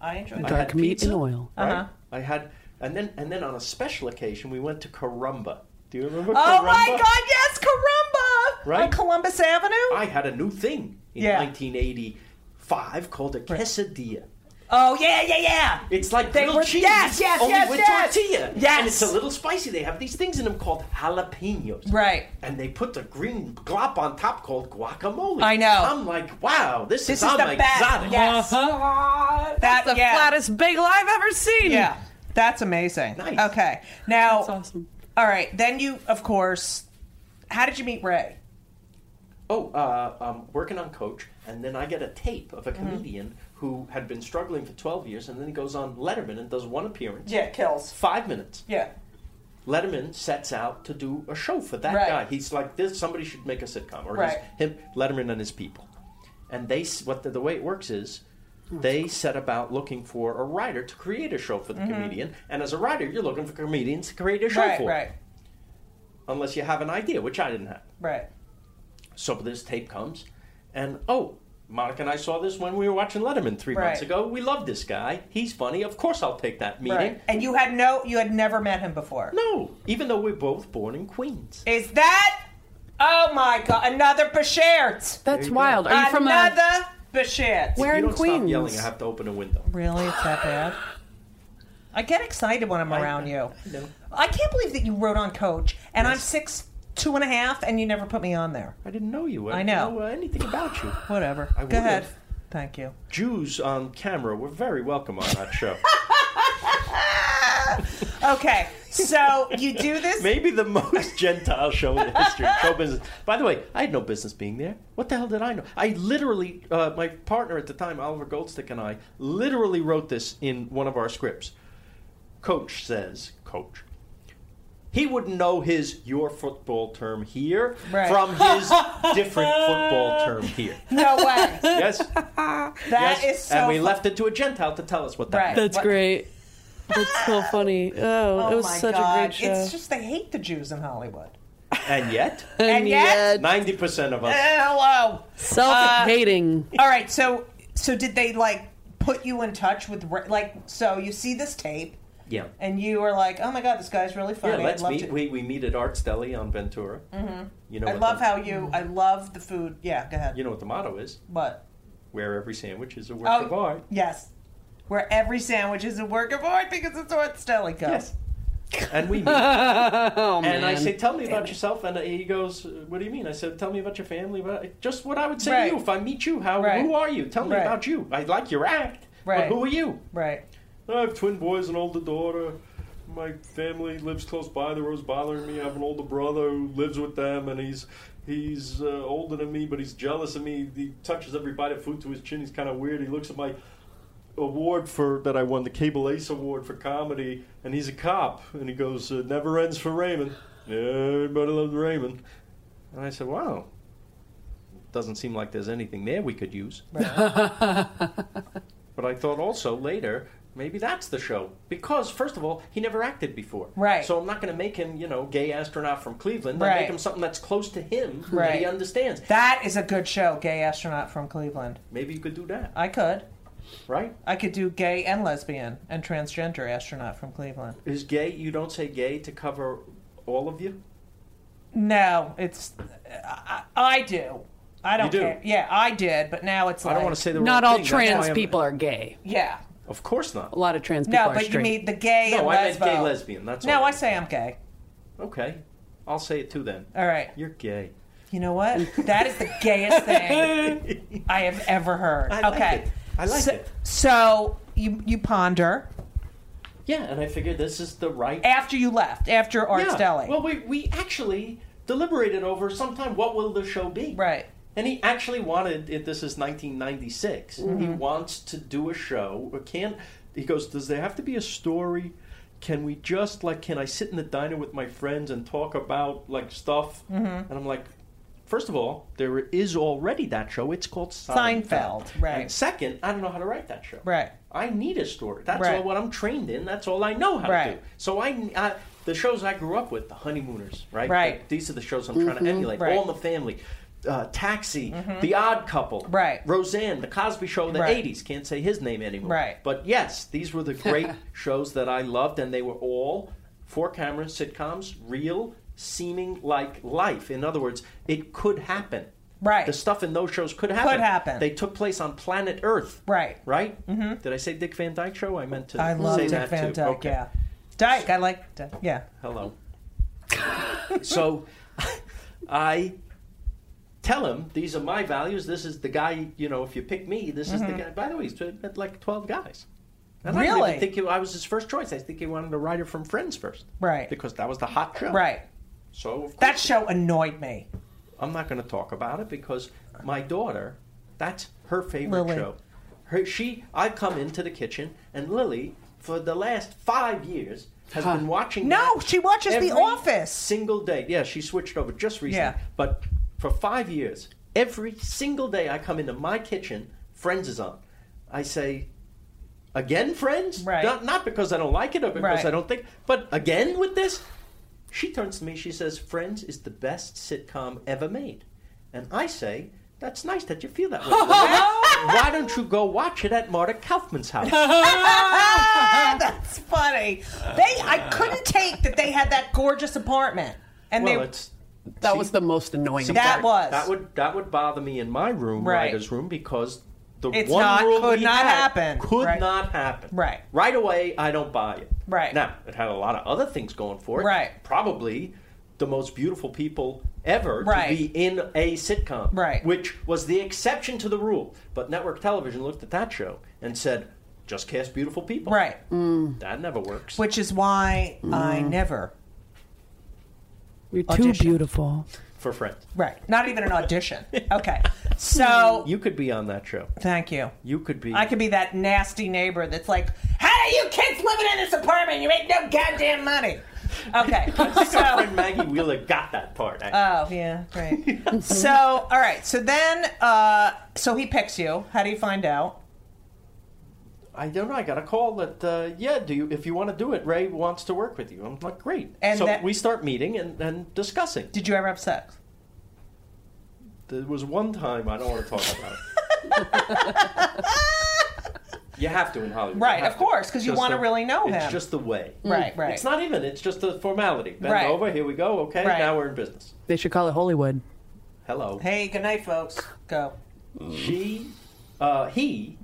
[SPEAKER 5] I enjoy
[SPEAKER 4] I
[SPEAKER 5] that.
[SPEAKER 6] Uh, Dark
[SPEAKER 4] had
[SPEAKER 6] meat
[SPEAKER 4] pizza,
[SPEAKER 6] and oil.
[SPEAKER 4] Right?
[SPEAKER 5] Uh-huh.
[SPEAKER 4] I had, and then and then on a special occasion we went to Corumba. Do you remember?
[SPEAKER 5] Oh my
[SPEAKER 4] Corumba?
[SPEAKER 5] God! Yes, Carumba on
[SPEAKER 4] Right?
[SPEAKER 5] Columbus Avenue.
[SPEAKER 4] I had a new thing in
[SPEAKER 5] Yeah.
[SPEAKER 4] 1985 called a quesadilla.
[SPEAKER 5] oh yeah, yeah, yeah.
[SPEAKER 4] It's like
[SPEAKER 5] They
[SPEAKER 4] grilled
[SPEAKER 5] were-
[SPEAKER 4] cheese,
[SPEAKER 5] yes, yes,
[SPEAKER 4] only
[SPEAKER 5] yes,
[SPEAKER 4] with
[SPEAKER 5] yes.
[SPEAKER 4] tortilla.
[SPEAKER 5] Yes.
[SPEAKER 4] and it's a little spicy. They have these things in them called jalapenos.
[SPEAKER 5] Right.
[SPEAKER 4] And they put the green glop on top called guacamole.
[SPEAKER 5] I know.
[SPEAKER 4] I'm like, wow, this,
[SPEAKER 5] This
[SPEAKER 4] is,
[SPEAKER 5] is
[SPEAKER 4] on
[SPEAKER 5] the
[SPEAKER 4] my
[SPEAKER 5] best.
[SPEAKER 4] exotic.
[SPEAKER 5] Yes. That-
[SPEAKER 6] That's the
[SPEAKER 5] yeah.
[SPEAKER 6] flattest bagel I've ever seen.
[SPEAKER 5] Yeah, that's amazing.
[SPEAKER 4] Nice.
[SPEAKER 5] Okay, now
[SPEAKER 6] That's awesome.
[SPEAKER 5] All right, then you of course. How did you meet Ray?
[SPEAKER 4] Oh, uh, I'm working on Coach, and then I get a tape of a
[SPEAKER 5] Mm-hmm.
[SPEAKER 4] comedian who had been struggling for 12 years, and then he goes on Letterman and does one appearance.
[SPEAKER 5] kills.
[SPEAKER 4] Five minutes.
[SPEAKER 5] Yeah.
[SPEAKER 4] Letterman sets out to do a show for that
[SPEAKER 5] Right.
[SPEAKER 4] guy. He's like, this somebody should make a sitcom, or
[SPEAKER 5] Right.
[SPEAKER 4] his, him, Letterman and his people. And they, s- what the, the way it works is, they set about looking for a writer to create a show for the comedian, and as a writer, you're looking for comedians to create a show
[SPEAKER 5] Mm-hmm. Right,
[SPEAKER 4] for,
[SPEAKER 5] right,
[SPEAKER 4] unless you have an idea, which I didn't have.
[SPEAKER 5] right.
[SPEAKER 4] So this tape comes, and oh, Monica and I saw this when we were watching Letterman three months
[SPEAKER 5] Right.
[SPEAKER 4] ago. We love this guy. He's funny. Of course, I'll take that meeting.
[SPEAKER 5] Right. And you had no, you had never met him before.
[SPEAKER 4] No, even though we're both born in Queens.
[SPEAKER 5] Is that? Oh my God! Another Bashert.
[SPEAKER 6] That's wild. Are you from uh,
[SPEAKER 5] another
[SPEAKER 6] a,
[SPEAKER 5] Bashert.
[SPEAKER 6] where
[SPEAKER 4] you
[SPEAKER 6] in
[SPEAKER 4] don't stop
[SPEAKER 6] Queens?
[SPEAKER 4] yelling. I have to open a window.
[SPEAKER 5] Really, it's that bad. I get excited when I'm around you.
[SPEAKER 4] No,
[SPEAKER 5] I can't believe that you wrote on Coach, and I'm six, two and a half, and you never put me on there.
[SPEAKER 4] I didn't know you. I,
[SPEAKER 5] I
[SPEAKER 4] didn't
[SPEAKER 5] know.
[SPEAKER 4] know uh, anything about you.
[SPEAKER 5] Whatever.
[SPEAKER 4] I
[SPEAKER 5] Go
[SPEAKER 4] would've.
[SPEAKER 5] ahead. Thank you.
[SPEAKER 4] Jews on camera were very welcome on that show.
[SPEAKER 5] Okay, so you do this.
[SPEAKER 4] Maybe the most Gentile show in the history of show business. By the way, I had no business being there. What the hell did I know? I literally, uh, my partner at the time, Oliver Goldstick, and I literally wrote this in one of our scripts. Coach says, Coach. He would know his your football term here
[SPEAKER 5] Right.
[SPEAKER 4] from his different football term here.
[SPEAKER 5] No way.
[SPEAKER 4] Yes,
[SPEAKER 5] That is
[SPEAKER 4] yes.
[SPEAKER 5] so.
[SPEAKER 4] and we
[SPEAKER 5] fu-
[SPEAKER 4] left it to a Gentile to tell us what that
[SPEAKER 5] Right.
[SPEAKER 4] meant.
[SPEAKER 6] That's
[SPEAKER 5] What-
[SPEAKER 6] great. That's so funny. Oh,
[SPEAKER 5] Oh
[SPEAKER 6] it was
[SPEAKER 5] my
[SPEAKER 6] such
[SPEAKER 5] God.
[SPEAKER 6] a great show.
[SPEAKER 5] It's just they hate the Jews in Hollywood.
[SPEAKER 4] And yet,
[SPEAKER 5] And yet-
[SPEAKER 4] ninety percent of us.
[SPEAKER 5] Hello.
[SPEAKER 6] self-hating.
[SPEAKER 5] All right. So so did they like put you in touch with re- like so you see this tape
[SPEAKER 4] Yeah.
[SPEAKER 5] and you are like oh my god this guy's really funny.
[SPEAKER 4] Yeah, let's
[SPEAKER 5] I'd love
[SPEAKER 4] meet.
[SPEAKER 5] to.
[SPEAKER 4] We, we meet at Arts Deli on Ventura. Mm-hmm. You know,
[SPEAKER 5] I
[SPEAKER 4] what
[SPEAKER 5] love
[SPEAKER 4] the,
[SPEAKER 5] how you. I love the food. Yeah. Go ahead.
[SPEAKER 4] you know what the motto is:
[SPEAKER 5] what?
[SPEAKER 4] where every sandwich is a work
[SPEAKER 5] Oh.
[SPEAKER 4] of art.
[SPEAKER 5] Yes. Where every sandwich is a work of art because it's what Stella goes.
[SPEAKER 4] Yes. And we meet, and
[SPEAKER 5] Oh,
[SPEAKER 6] Oh,
[SPEAKER 4] I say, "Tell me about yourself." And he goes, "What do you mean?" I said, "Tell me about your family." About just what I would say
[SPEAKER 5] Right.
[SPEAKER 4] to you if I meet you. How?
[SPEAKER 5] Right.
[SPEAKER 4] Who are you? Tell me
[SPEAKER 5] Right.
[SPEAKER 4] about you. I like your act, but
[SPEAKER 5] Right.
[SPEAKER 4] who are you?
[SPEAKER 5] Right.
[SPEAKER 7] I have twin boys, an older daughter. My family lives close by. They're always bothering me. I have an older brother who lives with them, and he's he's uh, older than me, but he's jealous of me. He touches every bite of food to his chin. He's kind of weird. He looks at my award for that I won, the Cable Ace Award for comedy, and he's a cop. And he goes,
[SPEAKER 4] uh,
[SPEAKER 7] "It never ends for Raymond." Everybody loves Raymond.
[SPEAKER 4] And I said, "Wow." Doesn't seem like there's anything there we could use. But I thought also later, maybe that's the show. Because, first of all, he never acted before.
[SPEAKER 5] Right.
[SPEAKER 4] So I'm not going to make him, you know, gay astronaut from Cleveland. I'll
[SPEAKER 5] Right.
[SPEAKER 4] make him something that's close to him that
[SPEAKER 5] Right.
[SPEAKER 4] he understands.
[SPEAKER 5] That is a good show. Gay astronaut from Cleveland.
[SPEAKER 4] Maybe you could do that,
[SPEAKER 5] I could.
[SPEAKER 4] right?
[SPEAKER 5] I could do gay and lesbian and transgender astronaut from Cleveland.
[SPEAKER 4] Is gay, you don't say gay to cover all of you?
[SPEAKER 5] No, it's I, I do. I don't
[SPEAKER 4] do?
[SPEAKER 5] care. Yeah, I did, but now it's
[SPEAKER 4] I
[SPEAKER 5] like
[SPEAKER 4] don't want to say the
[SPEAKER 6] Not
[SPEAKER 4] wrong
[SPEAKER 6] all
[SPEAKER 4] thing. That's why
[SPEAKER 6] trans
[SPEAKER 4] I'm-
[SPEAKER 6] people are gay.
[SPEAKER 5] yeah.
[SPEAKER 4] Of course not.
[SPEAKER 6] A lot of trans people
[SPEAKER 5] No,
[SPEAKER 6] are
[SPEAKER 5] but you
[SPEAKER 6] straight.
[SPEAKER 5] mean the gay and
[SPEAKER 4] No, I meant
[SPEAKER 5] lesbo.
[SPEAKER 4] gay lesbian. That's
[SPEAKER 5] No,
[SPEAKER 4] all.
[SPEAKER 5] I say I'm gay.
[SPEAKER 4] Okay. I'll say it too then.
[SPEAKER 5] All right.
[SPEAKER 4] You're gay.
[SPEAKER 5] You know what? That is the gayest thing I have ever heard.
[SPEAKER 4] I like
[SPEAKER 5] okay.
[SPEAKER 4] it. I like
[SPEAKER 5] so,
[SPEAKER 4] it.
[SPEAKER 5] So you you ponder
[SPEAKER 4] Yeah, and I figured this is the right
[SPEAKER 5] after you left after Arts
[SPEAKER 4] Yeah.
[SPEAKER 5] Deli.
[SPEAKER 4] Well, we, we actually deliberated over sometime what will the show be.
[SPEAKER 5] right.
[SPEAKER 4] And he actually wanted it. This is 1996. He
[SPEAKER 5] Mm-hmm.
[SPEAKER 4] wants to do a show. Or can he goes? Does there have to be a story? Can we just like? Can I sit in the diner with my friends and talk about like stuff?
[SPEAKER 5] Mm-hmm.
[SPEAKER 4] And I'm like, first of all, there is already that show. It's called Seinfeld.
[SPEAKER 5] Seinfeld, right.
[SPEAKER 4] And second, I don't know how to write that show.
[SPEAKER 5] Right.
[SPEAKER 4] I need a story. That's
[SPEAKER 5] Right.
[SPEAKER 4] all what I'm trained in. That's all I know how to
[SPEAKER 5] Right.
[SPEAKER 4] do. So I, I the shows I grew up with, The Honeymooners, right?
[SPEAKER 5] Right.
[SPEAKER 4] These are the shows I'm trying to emulate.
[SPEAKER 5] Mm-hmm. Right. Mm-hmm.
[SPEAKER 4] All in the Family, uh, Taxi, The Odd Couple,
[SPEAKER 5] Right.
[SPEAKER 4] Roseanne, The Cosby Show, of the
[SPEAKER 5] Right.
[SPEAKER 4] '80s. Can't say his name anymore.
[SPEAKER 5] Right.
[SPEAKER 4] But yes, these were the great shows that I loved, and they were all four camera sitcoms, real, seeming like life. In other words, it could happen.
[SPEAKER 5] Right.
[SPEAKER 4] The stuff in those shows could happen.
[SPEAKER 5] happen.
[SPEAKER 4] They took place on planet Earth.
[SPEAKER 5] Right.
[SPEAKER 4] Right. Mm-hmm. Did I say Dick Van Dyke show? I meant to
[SPEAKER 5] I love
[SPEAKER 4] say
[SPEAKER 5] Dick
[SPEAKER 4] that
[SPEAKER 5] Van
[SPEAKER 4] too.
[SPEAKER 5] Dyke.
[SPEAKER 4] Okay.
[SPEAKER 5] Yeah, Dyke. I like. Dyke. Yeah.
[SPEAKER 4] Hello. so I tell him these are my values. This is the guy, you know, if you pick me, this is
[SPEAKER 5] Mm-hmm.
[SPEAKER 4] the guy. By the way, he's met like 12 guys. And I don't
[SPEAKER 5] Really?
[SPEAKER 4] even think he, I was his first choice. I think he wanted a writer from Friends first.
[SPEAKER 5] Right.
[SPEAKER 4] Because that was the hot show.
[SPEAKER 5] Right.
[SPEAKER 4] So, of
[SPEAKER 5] That
[SPEAKER 4] course,
[SPEAKER 5] show annoyed me.
[SPEAKER 4] I'm not going to talk about it because my daughter, that's her favorite
[SPEAKER 5] Lily.
[SPEAKER 4] show. Her, she, I come into the kitchen and Lily, for the last five years, has been watching.
[SPEAKER 5] No,
[SPEAKER 4] that
[SPEAKER 5] she watches The
[SPEAKER 4] every
[SPEAKER 5] Office.
[SPEAKER 4] Single day. Yeah, she switched over just recently.
[SPEAKER 5] Yeah.
[SPEAKER 4] But for five years, every single day I come into my kitchen, Friends is on. I say, again, Friends?
[SPEAKER 5] Right.
[SPEAKER 4] Not, not because I don't like it or because
[SPEAKER 5] Right.
[SPEAKER 4] I don't think, but again with this? She turns to me, she says, Friends is the best sitcom ever made. And I say, that's nice that you feel that way. Why don't you go watch it at Marta Kaufman's house?
[SPEAKER 5] Ah, that's funny. They, I couldn't take that they had that gorgeous apartment, and
[SPEAKER 4] well,
[SPEAKER 5] they
[SPEAKER 4] it's
[SPEAKER 6] That was the most annoying.
[SPEAKER 5] that
[SPEAKER 6] part.
[SPEAKER 5] was
[SPEAKER 4] That would that would bother me in my room,
[SPEAKER 5] Right.
[SPEAKER 4] writer's room, because the
[SPEAKER 5] It's
[SPEAKER 4] one
[SPEAKER 5] not-
[SPEAKER 4] rule
[SPEAKER 5] could
[SPEAKER 4] we
[SPEAKER 5] not
[SPEAKER 4] had
[SPEAKER 5] happen.
[SPEAKER 4] Could
[SPEAKER 5] Right.
[SPEAKER 4] not happen.
[SPEAKER 5] Right.
[SPEAKER 4] Right away, I don't buy it.
[SPEAKER 5] Right.
[SPEAKER 4] Now, it had a lot of other things going for it.
[SPEAKER 5] Right.
[SPEAKER 4] Probably the most beautiful people ever
[SPEAKER 5] Right.
[SPEAKER 4] to be in a sitcom.
[SPEAKER 5] Right.
[SPEAKER 4] Which was the exception to the rule. But network television looked at that show and said, just cast beautiful people.
[SPEAKER 5] right,
[SPEAKER 4] That never works.
[SPEAKER 5] which is why I
[SPEAKER 4] Mm.
[SPEAKER 5] never
[SPEAKER 6] You're too
[SPEAKER 5] Audition.
[SPEAKER 6] beautiful.
[SPEAKER 4] for friends.
[SPEAKER 5] right, not even an audition. Okay, so
[SPEAKER 4] You could be on that show.
[SPEAKER 5] thank you.
[SPEAKER 4] You could be
[SPEAKER 5] I could be that nasty neighbor that's like, "How do you kids living in this apartment? You make no goddamn money." Okay, so
[SPEAKER 4] friend Maggie Wheeler got that part. actually.
[SPEAKER 5] Oh yeah, right. so all right, so then uh, so he picks you. How do you find out?
[SPEAKER 4] I don't know. I got a call that uh, yeah, do you if you want to do it, Ray wants to work with you. I'm like great.
[SPEAKER 5] And
[SPEAKER 4] so
[SPEAKER 5] that-
[SPEAKER 4] we start meeting and, and discussing.
[SPEAKER 5] Did you ever have sex?
[SPEAKER 4] There was one time I don't want to talk about it. you have to in Hollywood, You
[SPEAKER 5] Right,
[SPEAKER 4] have
[SPEAKER 5] of course, 'cause you
[SPEAKER 4] Just
[SPEAKER 5] wanna
[SPEAKER 4] the-
[SPEAKER 5] really know
[SPEAKER 4] It's
[SPEAKER 5] him.
[SPEAKER 4] just the way.
[SPEAKER 5] Right, right.
[SPEAKER 4] Mm. It's not even. It's just the formality. Bend
[SPEAKER 5] Right.
[SPEAKER 4] over. Here we go. Okay,
[SPEAKER 5] Right.
[SPEAKER 4] now we're in business.
[SPEAKER 6] They should call it Hollywood.
[SPEAKER 4] Hello.
[SPEAKER 5] Hey, good night, folks. Go.
[SPEAKER 4] She, uh, he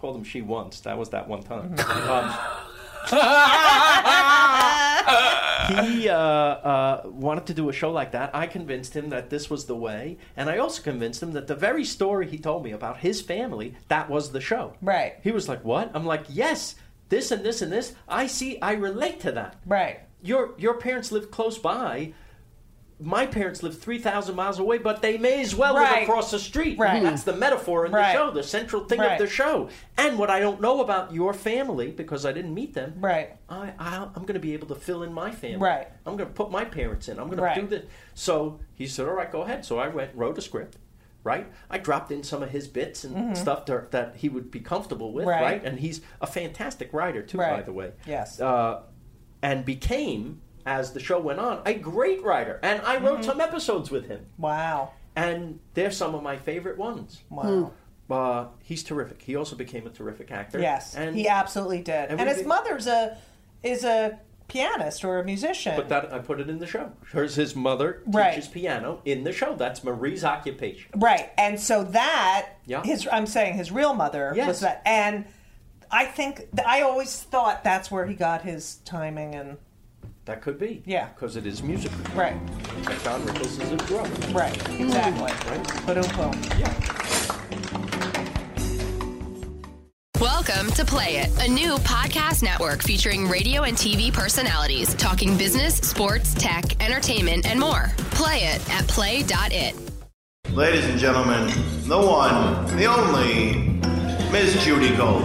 [SPEAKER 4] called him she once. That was that one time. Um, he uh, uh, wanted to do a show like that. I convinced him that this was the way, and I also convinced him that the very story he told me about his family that was the show.
[SPEAKER 5] Right.
[SPEAKER 4] He was like, "What?" I'm like, "Yes." This and this and this. I see. I relate to that.
[SPEAKER 5] Right.
[SPEAKER 4] Your your parents live close by. My parents live three thousand miles away, but they may as well
[SPEAKER 5] Right.
[SPEAKER 4] live across the street.
[SPEAKER 5] Right.
[SPEAKER 4] That's the metaphor in the
[SPEAKER 5] Right.
[SPEAKER 4] show, the central thing
[SPEAKER 5] Right.
[SPEAKER 4] of the show. And what I don't know about your family because I didn't meet them.
[SPEAKER 5] Right.
[SPEAKER 4] I, I I'm going to be able to fill in my family.
[SPEAKER 5] Right.
[SPEAKER 4] I'm going to put my parents in. I'm going
[SPEAKER 5] Right.
[SPEAKER 4] to do this. So he said, "All right, go ahead." So I went wrote a script. Right, I dropped in some of his bits and stuff that, that he would be comfortable with.
[SPEAKER 5] Mm-hmm. Right.
[SPEAKER 4] Right. and he's a fantastic writer too, by
[SPEAKER 5] Right.
[SPEAKER 4] the way
[SPEAKER 5] Yes.
[SPEAKER 4] uh, and became, as the show went on, a great writer. And I
[SPEAKER 5] Mm-hmm.
[SPEAKER 4] wrote some episodes with him,
[SPEAKER 5] Wow.
[SPEAKER 4] and they're some of my favorite ones.
[SPEAKER 5] Wow.
[SPEAKER 4] Uh, he's terrific. He also became a terrific actor.
[SPEAKER 5] Yes,
[SPEAKER 4] and
[SPEAKER 5] he absolutely did. And,
[SPEAKER 4] and we
[SPEAKER 5] his
[SPEAKER 4] did-
[SPEAKER 5] mother's a is a pianist or a musician.
[SPEAKER 4] But that I put it in the show. Hers, his mother
[SPEAKER 5] Right.
[SPEAKER 4] teaches piano in the show. That's Marie's occupation.
[SPEAKER 5] Right, and so that
[SPEAKER 4] Yeah.
[SPEAKER 5] his I'm saying his real mother
[SPEAKER 4] Yes.
[SPEAKER 5] was that, and I think th- I always thought that's where he got his timing and
[SPEAKER 4] That could be.
[SPEAKER 5] Yeah.
[SPEAKER 4] because it is music.
[SPEAKER 5] right,
[SPEAKER 4] Like Don Rickles is a drummer.
[SPEAKER 5] right, exactly. Ba-dum-bum.
[SPEAKER 8] Welcome to Play It, a new podcast network featuring radio and TV personalities talking business, sports, tech, entertainment, and more. Play it at play.it.
[SPEAKER 3] Ladies and gentlemen, the one, the only, Miss Judy Gold.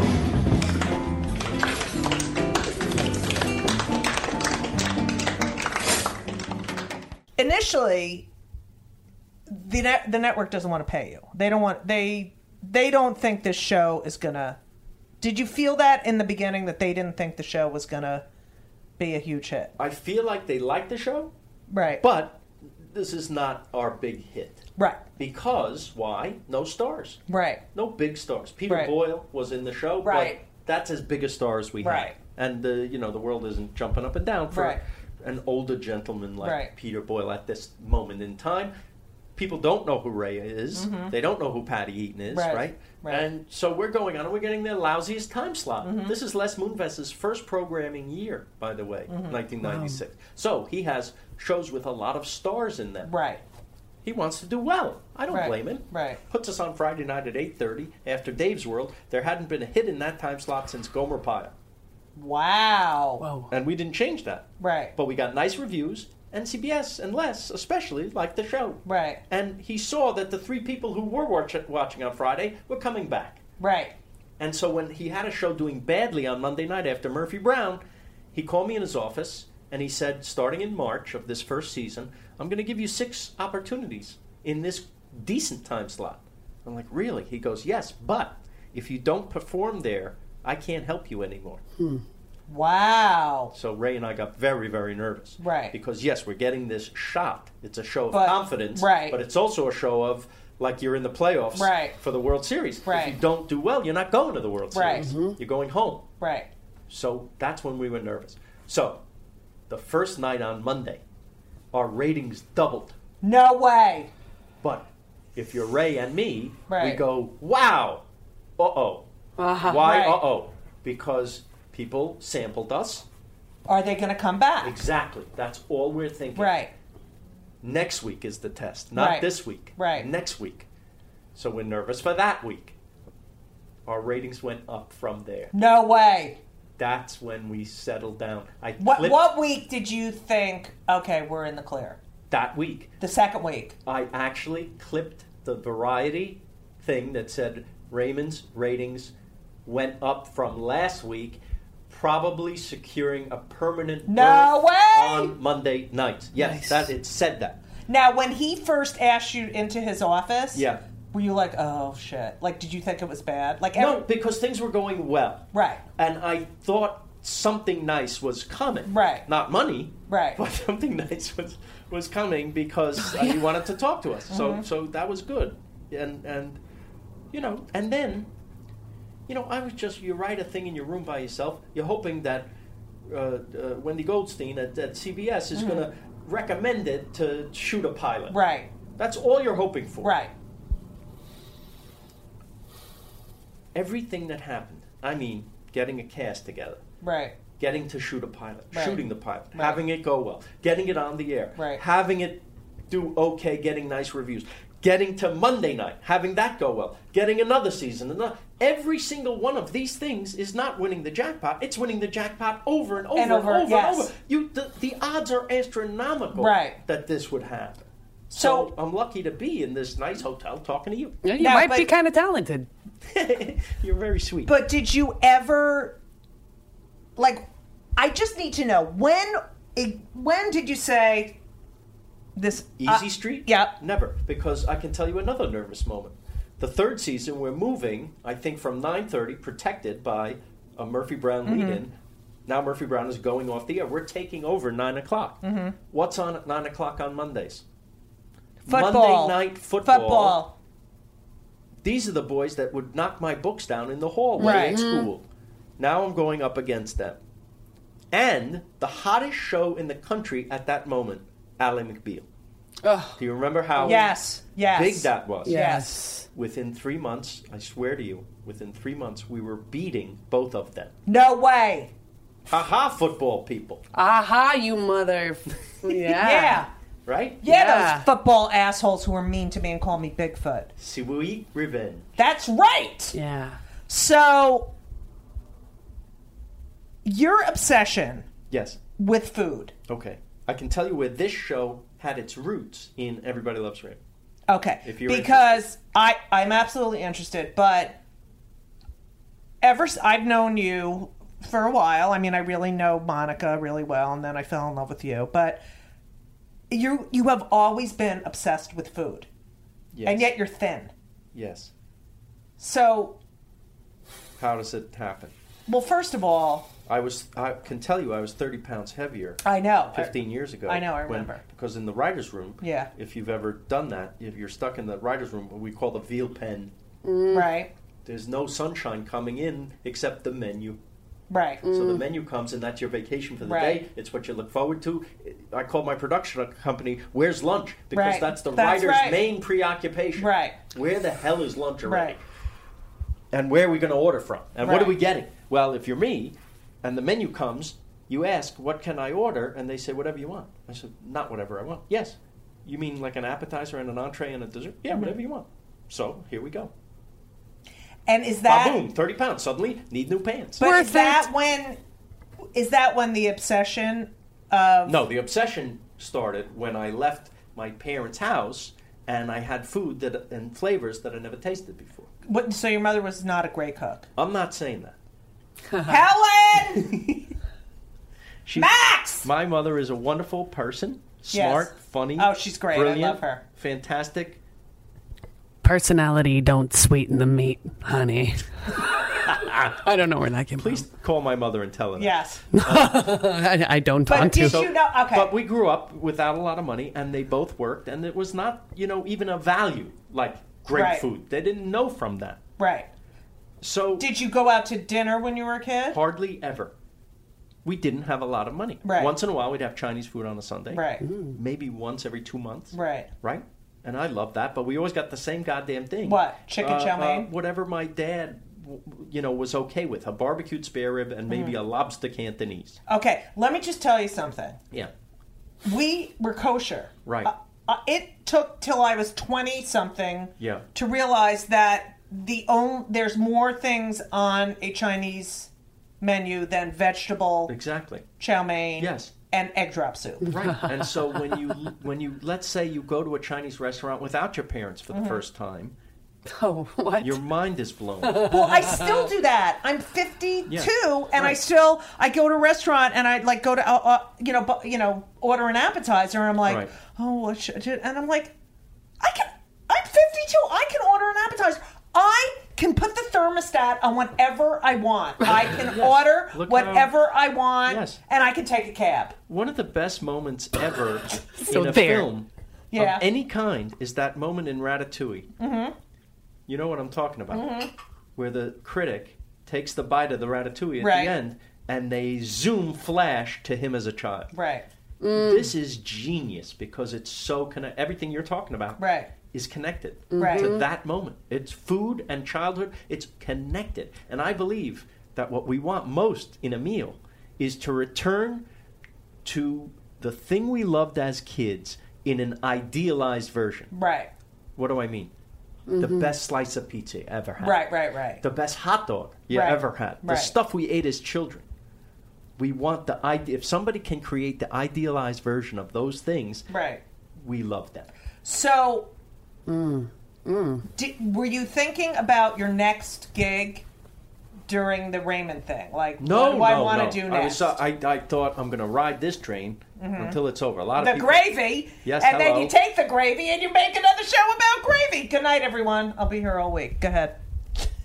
[SPEAKER 5] initially the net, the network doesn't want to pay you. They don't want they they don't think this show is gonna. Did you feel that in the beginning that they didn't think the show was gonna be a huge hit?
[SPEAKER 4] I feel like they like the show,
[SPEAKER 5] Right.
[SPEAKER 4] but this is not our big hit.
[SPEAKER 5] Right.
[SPEAKER 4] Because why? No stars.
[SPEAKER 5] Right.
[SPEAKER 4] No big stars. Peter
[SPEAKER 5] Right.
[SPEAKER 4] Boyle was in the show,
[SPEAKER 5] Right.
[SPEAKER 4] but that's as big a star as we
[SPEAKER 5] Right.
[SPEAKER 4] have. And the you know the world isn't jumping up and down for
[SPEAKER 5] Right.
[SPEAKER 4] an older gentleman like
[SPEAKER 5] Right.
[SPEAKER 4] Peter Boyle at this moment in time. People don't know who Ray is. They don't know who Patty Eaton is,
[SPEAKER 5] Mm-hmm. Right.
[SPEAKER 4] right?
[SPEAKER 5] Right. Mm-hmm.
[SPEAKER 4] And so we're going on and we're getting their lousiest time slot. This is Les Moonves's first programming year, by the way,
[SPEAKER 5] Mm-hmm.
[SPEAKER 4] 1996. So he has shows with a lot of stars in them.
[SPEAKER 5] Right.
[SPEAKER 4] He wants to do well. I don't
[SPEAKER 5] Right.
[SPEAKER 4] blame him.
[SPEAKER 5] Right.
[SPEAKER 4] Puts us on Friday night at 8:30 after Dave's World. There hadn't been a hit in that time slot since Gomer Pyle,
[SPEAKER 5] Wow.
[SPEAKER 6] Whoa.
[SPEAKER 4] and we didn't change that.
[SPEAKER 5] Right.
[SPEAKER 4] But we got nice reviews, and CBS and Les especially liked the show.
[SPEAKER 5] Right.
[SPEAKER 4] And he saw that the three people who were watch- watching on Friday were coming back.
[SPEAKER 5] Right.
[SPEAKER 4] And so when he had a show doing badly on Monday night after Murphy Brown, he called me in his office and he said, starting in March of this first season, I'm going to give you six opportunities in this decent time slot. I'm like, really? He goes, yes, but if you don't perform there, I can't help you anymore.
[SPEAKER 5] Wow.
[SPEAKER 4] So Ray and I got very, very nervous.
[SPEAKER 5] Right.
[SPEAKER 4] Because, yes, we're getting this shot. It's a show of
[SPEAKER 5] But-
[SPEAKER 4] confidence.
[SPEAKER 5] right.
[SPEAKER 4] But it's also a show of, like, you're in the playoffs
[SPEAKER 5] Right.
[SPEAKER 4] for the World Series.
[SPEAKER 5] Right.
[SPEAKER 4] If you don't do well, you're not going to the World
[SPEAKER 5] Right.
[SPEAKER 4] Series. You're going home.
[SPEAKER 5] Right.
[SPEAKER 4] So that's when we were nervous. So the first night on Monday, our ratings doubled.
[SPEAKER 5] No way.
[SPEAKER 4] But if you're Ray and me, we
[SPEAKER 5] Right.
[SPEAKER 4] go, wow, uh oh. Why
[SPEAKER 5] Right.
[SPEAKER 4] uh oh? Because people sampled us.
[SPEAKER 5] Are they going to come back?
[SPEAKER 4] Exactly. That's all we're thinking.
[SPEAKER 5] Right.
[SPEAKER 4] Next week is the test, not
[SPEAKER 5] Right.
[SPEAKER 4] this week.
[SPEAKER 5] Right.
[SPEAKER 4] Next week. So we're nervous for that week. Our ratings went up from there.
[SPEAKER 5] No way.
[SPEAKER 4] That's when we settled down. I
[SPEAKER 5] What
[SPEAKER 4] clipped
[SPEAKER 5] what week did you think? Okay, we're in the clear.
[SPEAKER 4] that week.
[SPEAKER 5] The second week.
[SPEAKER 4] I actually clipped the variety thing that said Raymond's ratings went up from last week, probably securing a permanent
[SPEAKER 5] No
[SPEAKER 4] berth
[SPEAKER 5] way!
[SPEAKER 4] on Monday night. Yes, that it said that.
[SPEAKER 5] Now, when he first asked you into his office,
[SPEAKER 4] Yeah.
[SPEAKER 5] were you like, oh shit? Like, did you think it was bad? Like,
[SPEAKER 4] No,
[SPEAKER 5] every-
[SPEAKER 4] because things were going well.
[SPEAKER 5] Right.
[SPEAKER 4] And I thought something nice was coming.
[SPEAKER 5] Right.
[SPEAKER 4] Not money.
[SPEAKER 5] Right.
[SPEAKER 4] But something nice was was coming because uh, he wanted to talk to us. So
[SPEAKER 5] Mm-hmm.
[SPEAKER 4] so that was good. And and you know, and then you know, I was just you write a thing in your room by yourself. You're hoping that uh, uh, Wendy Goldstein at, at CBS is
[SPEAKER 5] Mm-hmm.
[SPEAKER 4] going to recommend it to shoot a pilot.
[SPEAKER 5] right,
[SPEAKER 4] That's all you're hoping for.
[SPEAKER 5] right,
[SPEAKER 4] everything that happened. I mean, getting a cast together,
[SPEAKER 5] right,
[SPEAKER 4] getting to shoot a pilot,
[SPEAKER 5] Right.
[SPEAKER 4] shooting the pilot, having it go well, getting it on the air,
[SPEAKER 5] Right.
[SPEAKER 4] having it do okay, getting nice reviews, getting to Monday night, having that go well, getting another season. Another, every single one of these things is not winning the jackpot. It's winning the jackpot over and over
[SPEAKER 5] And
[SPEAKER 4] and
[SPEAKER 5] over,
[SPEAKER 4] over and over.
[SPEAKER 5] yes.
[SPEAKER 4] You, the, the odds are astronomical
[SPEAKER 5] Right.
[SPEAKER 4] that this would happen.
[SPEAKER 5] So-
[SPEAKER 4] so I'm lucky to be in this nice hotel talking to you.
[SPEAKER 6] Yeah, you
[SPEAKER 5] Now,
[SPEAKER 6] might
[SPEAKER 5] but-
[SPEAKER 6] be kind of talented.
[SPEAKER 4] You're very sweet.
[SPEAKER 5] But did you ever, like, I just need to know when? e, When did you say this?
[SPEAKER 4] Easy
[SPEAKER 5] uh,
[SPEAKER 4] Street?
[SPEAKER 5] Yep.
[SPEAKER 4] Never, because I can tell you another nervous moment. The third season, we're moving, I think, from 9.30, protected by a Murphy Brown
[SPEAKER 5] Mm-hmm.
[SPEAKER 4] lead-in. Now Murphy Brown is going off the air. We're taking over 9 o'clock.
[SPEAKER 5] Mm-hmm.
[SPEAKER 4] What's on at 9 o'clock on Mondays?
[SPEAKER 5] Football.
[SPEAKER 4] Monday night football.
[SPEAKER 5] Football.
[SPEAKER 4] These are the boys that would knock my books down in the hallway
[SPEAKER 5] Right. Mm-hmm.
[SPEAKER 4] at school. Now I'm going up against them. And the hottest show in the country at that moment, Ally McBeal.
[SPEAKER 6] Ugh.
[SPEAKER 4] Do you remember how
[SPEAKER 5] Yes. Yes.
[SPEAKER 4] big that was?
[SPEAKER 5] Yes.
[SPEAKER 4] Within three months, I swear to you, within three months, we were beating both of them.
[SPEAKER 5] No way.
[SPEAKER 4] Haha, football people,
[SPEAKER 5] Uh,
[SPEAKER 6] Aha, you mother. yeah.
[SPEAKER 5] Yeah.
[SPEAKER 4] right?
[SPEAKER 5] Yeah,
[SPEAKER 6] Yeah.
[SPEAKER 5] those football assholes who are mean to me and call me Bigfoot.
[SPEAKER 4] Siwui revenge.
[SPEAKER 5] That's right.
[SPEAKER 6] Yeah.
[SPEAKER 5] So, your obsession
[SPEAKER 4] Yes.
[SPEAKER 5] with food.
[SPEAKER 4] Okay. I can tell you where this show had its roots in Everybody Loves Raymond.
[SPEAKER 5] Okay.
[SPEAKER 4] If you're
[SPEAKER 5] because I I'm absolutely interested, but ever s- I've known you for a while. I mean, I really know Monica really well and then I fell in love with you, but you you have always been obsessed with food.
[SPEAKER 4] Yes.
[SPEAKER 5] And yet you're thin.
[SPEAKER 4] Yes.
[SPEAKER 5] So,
[SPEAKER 4] How does it happen?
[SPEAKER 5] well, first of all,
[SPEAKER 4] I was I can tell you I was 30 pounds heavier.
[SPEAKER 5] I know.
[SPEAKER 4] 15 years ago.
[SPEAKER 5] I know, I
[SPEAKER 4] when-
[SPEAKER 5] remember.
[SPEAKER 4] because in the writers' room,
[SPEAKER 5] Yeah.
[SPEAKER 4] if you've ever done that, if you're stuck in the writers' room, what we call the veal pen.
[SPEAKER 5] Right.
[SPEAKER 4] There's no sunshine coming in except the menu.
[SPEAKER 5] Right.
[SPEAKER 4] So the menu comes and that's your vacation for the
[SPEAKER 5] Mm. Right.
[SPEAKER 4] day. It's what you look forward to. I call my production company, "Where's lunch?" because
[SPEAKER 5] Right.
[SPEAKER 4] that's the
[SPEAKER 5] That's
[SPEAKER 4] writer's
[SPEAKER 5] right.
[SPEAKER 4] main preoccupation.
[SPEAKER 5] Right.
[SPEAKER 4] Where the hell is lunch already?
[SPEAKER 5] Right.
[SPEAKER 4] and where are we going to order from? And what are
[SPEAKER 5] Right.
[SPEAKER 4] we getting? Well, if you're me and the menu comes, you ask, what can I order? And they say, whatever you want. I said, not whatever I want. Yes. You mean like an appetizer and an entree and a dessert? Yeah, whatever you want. So here we go.
[SPEAKER 5] And is that
[SPEAKER 4] Bah, boom, 30 pounds. Suddenly need new pants.
[SPEAKER 5] Ah. But
[SPEAKER 6] Worth
[SPEAKER 5] is that when is that when the obsession of
[SPEAKER 4] no, the obsession started when I left my parents' house and I had food that and flavors that I never tasted before.
[SPEAKER 5] what, so your mother was not a great cook?
[SPEAKER 4] I'm not saying that. Uh-huh.
[SPEAKER 5] Helen,
[SPEAKER 4] She,
[SPEAKER 5] Max,
[SPEAKER 4] My mother is a wonderful person,
[SPEAKER 5] Yes.
[SPEAKER 4] smart, funny.
[SPEAKER 5] Oh, she's great. I
[SPEAKER 4] Brilliant,
[SPEAKER 5] love her.
[SPEAKER 4] Fantastic.
[SPEAKER 6] Personality don't sweeten the meat, honey. I don't know where that came
[SPEAKER 4] Please call my mother and tell her. that.
[SPEAKER 5] yes,
[SPEAKER 6] from. I, I don't
[SPEAKER 5] but
[SPEAKER 6] want to.
[SPEAKER 5] did you know? Okay,
[SPEAKER 4] But we grew up without a lot of money, and they both worked, and it was not, you know, even a value like great
[SPEAKER 5] Right.
[SPEAKER 4] food. They didn't know from that.
[SPEAKER 5] right.
[SPEAKER 4] So
[SPEAKER 5] Did you go out to dinner when you were a kid?
[SPEAKER 4] hardly ever. We didn't have a lot of money.
[SPEAKER 5] Right.
[SPEAKER 4] Once in a while, we'd have Chinese food on a Sunday.
[SPEAKER 5] Right,
[SPEAKER 4] Maybe once every two months.
[SPEAKER 5] right.
[SPEAKER 4] Right? And I love that, but we always got the same goddamn thing. Uh,
[SPEAKER 5] What? Chicken chow mein?
[SPEAKER 4] whatever my dad, w- you know, was okay with. A barbecued spare rib and maybe
[SPEAKER 5] Mm.
[SPEAKER 4] a lobster Cantonese.
[SPEAKER 5] Okay, let me just tell you something.
[SPEAKER 4] Yeah.
[SPEAKER 5] We were kosher.
[SPEAKER 4] Right.
[SPEAKER 5] Uh, uh, it took till I was twenty something.
[SPEAKER 4] Yeah.
[SPEAKER 5] To realize that the only there's more things on a Chinese menu than vegetable
[SPEAKER 4] Exactly.
[SPEAKER 5] chow mein
[SPEAKER 4] Yes.
[SPEAKER 5] and egg drop soup.
[SPEAKER 4] Right. and so when you when you let's say you go to a Chinese restaurant without your parents
[SPEAKER 5] Mm-hmm.
[SPEAKER 4] for the first time,
[SPEAKER 6] oh, what?
[SPEAKER 4] your mind is blown.
[SPEAKER 5] Well, Oh, I still do that. I'm 52 and I
[SPEAKER 4] right.
[SPEAKER 5] still I go to a restaurant and I like go to uh, uh, you know bu- you know order an appetizer and I'm like,
[SPEAKER 4] Right.
[SPEAKER 5] "Oh, what should I do?" and I'm like, "I can I'm 52. I can order an appetizer. I can put the thermostat on whatever I want. I can order
[SPEAKER 4] Look
[SPEAKER 5] whatever I want
[SPEAKER 4] Yes.
[SPEAKER 5] and I can take a cab."
[SPEAKER 4] One of the best moments ever in a
[SPEAKER 6] there.
[SPEAKER 4] film
[SPEAKER 5] Yeah.
[SPEAKER 4] of any kind is that moment in Ratatouille. Mm-hmm. You know what I'm talking about,
[SPEAKER 5] Mm-hmm.
[SPEAKER 4] where the critic takes the bite of the ratatouille at
[SPEAKER 5] Right.
[SPEAKER 4] the end, and they zoom flash to him as a child.
[SPEAKER 5] right.
[SPEAKER 4] This is genius because it's so connected. Everything you're talking about
[SPEAKER 5] Right.
[SPEAKER 4] is connected
[SPEAKER 5] Right.
[SPEAKER 4] to that moment. It's food and childhood. It's connected, and I believe that what we want most in a meal is to return to the thing we loved as kids in an idealized version.
[SPEAKER 5] Right.
[SPEAKER 4] What do I mean? The best slice of pizza you ever had.
[SPEAKER 5] Mm-hmm. Right, right, right.
[SPEAKER 4] The best hot dog you
[SPEAKER 5] Right.
[SPEAKER 4] ever had. The
[SPEAKER 5] Right.
[SPEAKER 4] stuff we ate as children. We want the idea. If somebody can create the idealized version of those things,
[SPEAKER 5] right.
[SPEAKER 4] we love them.
[SPEAKER 5] So, Did, were you thinking about your next gig during the Raymond thing? Like,
[SPEAKER 4] No,
[SPEAKER 5] what do I
[SPEAKER 4] no,
[SPEAKER 5] want
[SPEAKER 4] no.
[SPEAKER 5] to do
[SPEAKER 4] I,
[SPEAKER 5] next? Mm-hmm.
[SPEAKER 4] was, so- uh, I, I thought I'm going to ride this train until it's over. A lot
[SPEAKER 5] the
[SPEAKER 4] of people,
[SPEAKER 5] gravy,
[SPEAKER 4] Yes,
[SPEAKER 5] and then
[SPEAKER 4] hello.
[SPEAKER 5] you take the gravy and you make another show about gravy. Good night, everyone. I'll be here all week. Go ahead.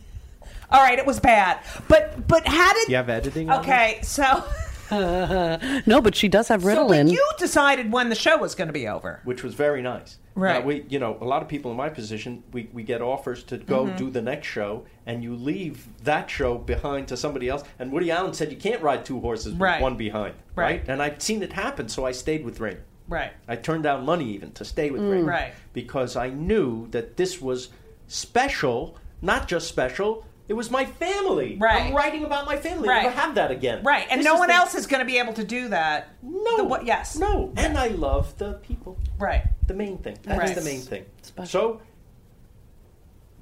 [SPEAKER 5] All right, it was bad, but but how did?
[SPEAKER 4] You have editing. on that?
[SPEAKER 5] Okay, so,
[SPEAKER 6] no, but she does have
[SPEAKER 5] so but
[SPEAKER 6] Ritalin.
[SPEAKER 5] you decided when the show was going to be over.
[SPEAKER 4] which was very nice.
[SPEAKER 5] Right.
[SPEAKER 4] Now, we, you know, a lot of people in my position, we, we get offers to go
[SPEAKER 5] Mm-hmm.
[SPEAKER 4] do the next show, and you leave that show behind to somebody else. And Woody Allen said you can't ride two horses
[SPEAKER 5] Right.
[SPEAKER 4] with one behind.
[SPEAKER 5] Right.
[SPEAKER 4] And I've seen it happen, so I stayed with Raymond.
[SPEAKER 5] Right.
[SPEAKER 4] I turned down money even to stay with Raymond.
[SPEAKER 5] Right.
[SPEAKER 4] Because I knew that this was special, not just special. It was my family.
[SPEAKER 5] Right.
[SPEAKER 4] I'm writing about my family.
[SPEAKER 5] Right.
[SPEAKER 4] I'll never have that again.
[SPEAKER 5] Right, and
[SPEAKER 4] This
[SPEAKER 5] no
[SPEAKER 4] is
[SPEAKER 5] one
[SPEAKER 4] the-
[SPEAKER 5] else is going to be able to do that.
[SPEAKER 4] No.
[SPEAKER 5] The what- yes.
[SPEAKER 4] No. And I love the people
[SPEAKER 5] Right.
[SPEAKER 4] the main thing. That's
[SPEAKER 5] Right.
[SPEAKER 4] the main thing. So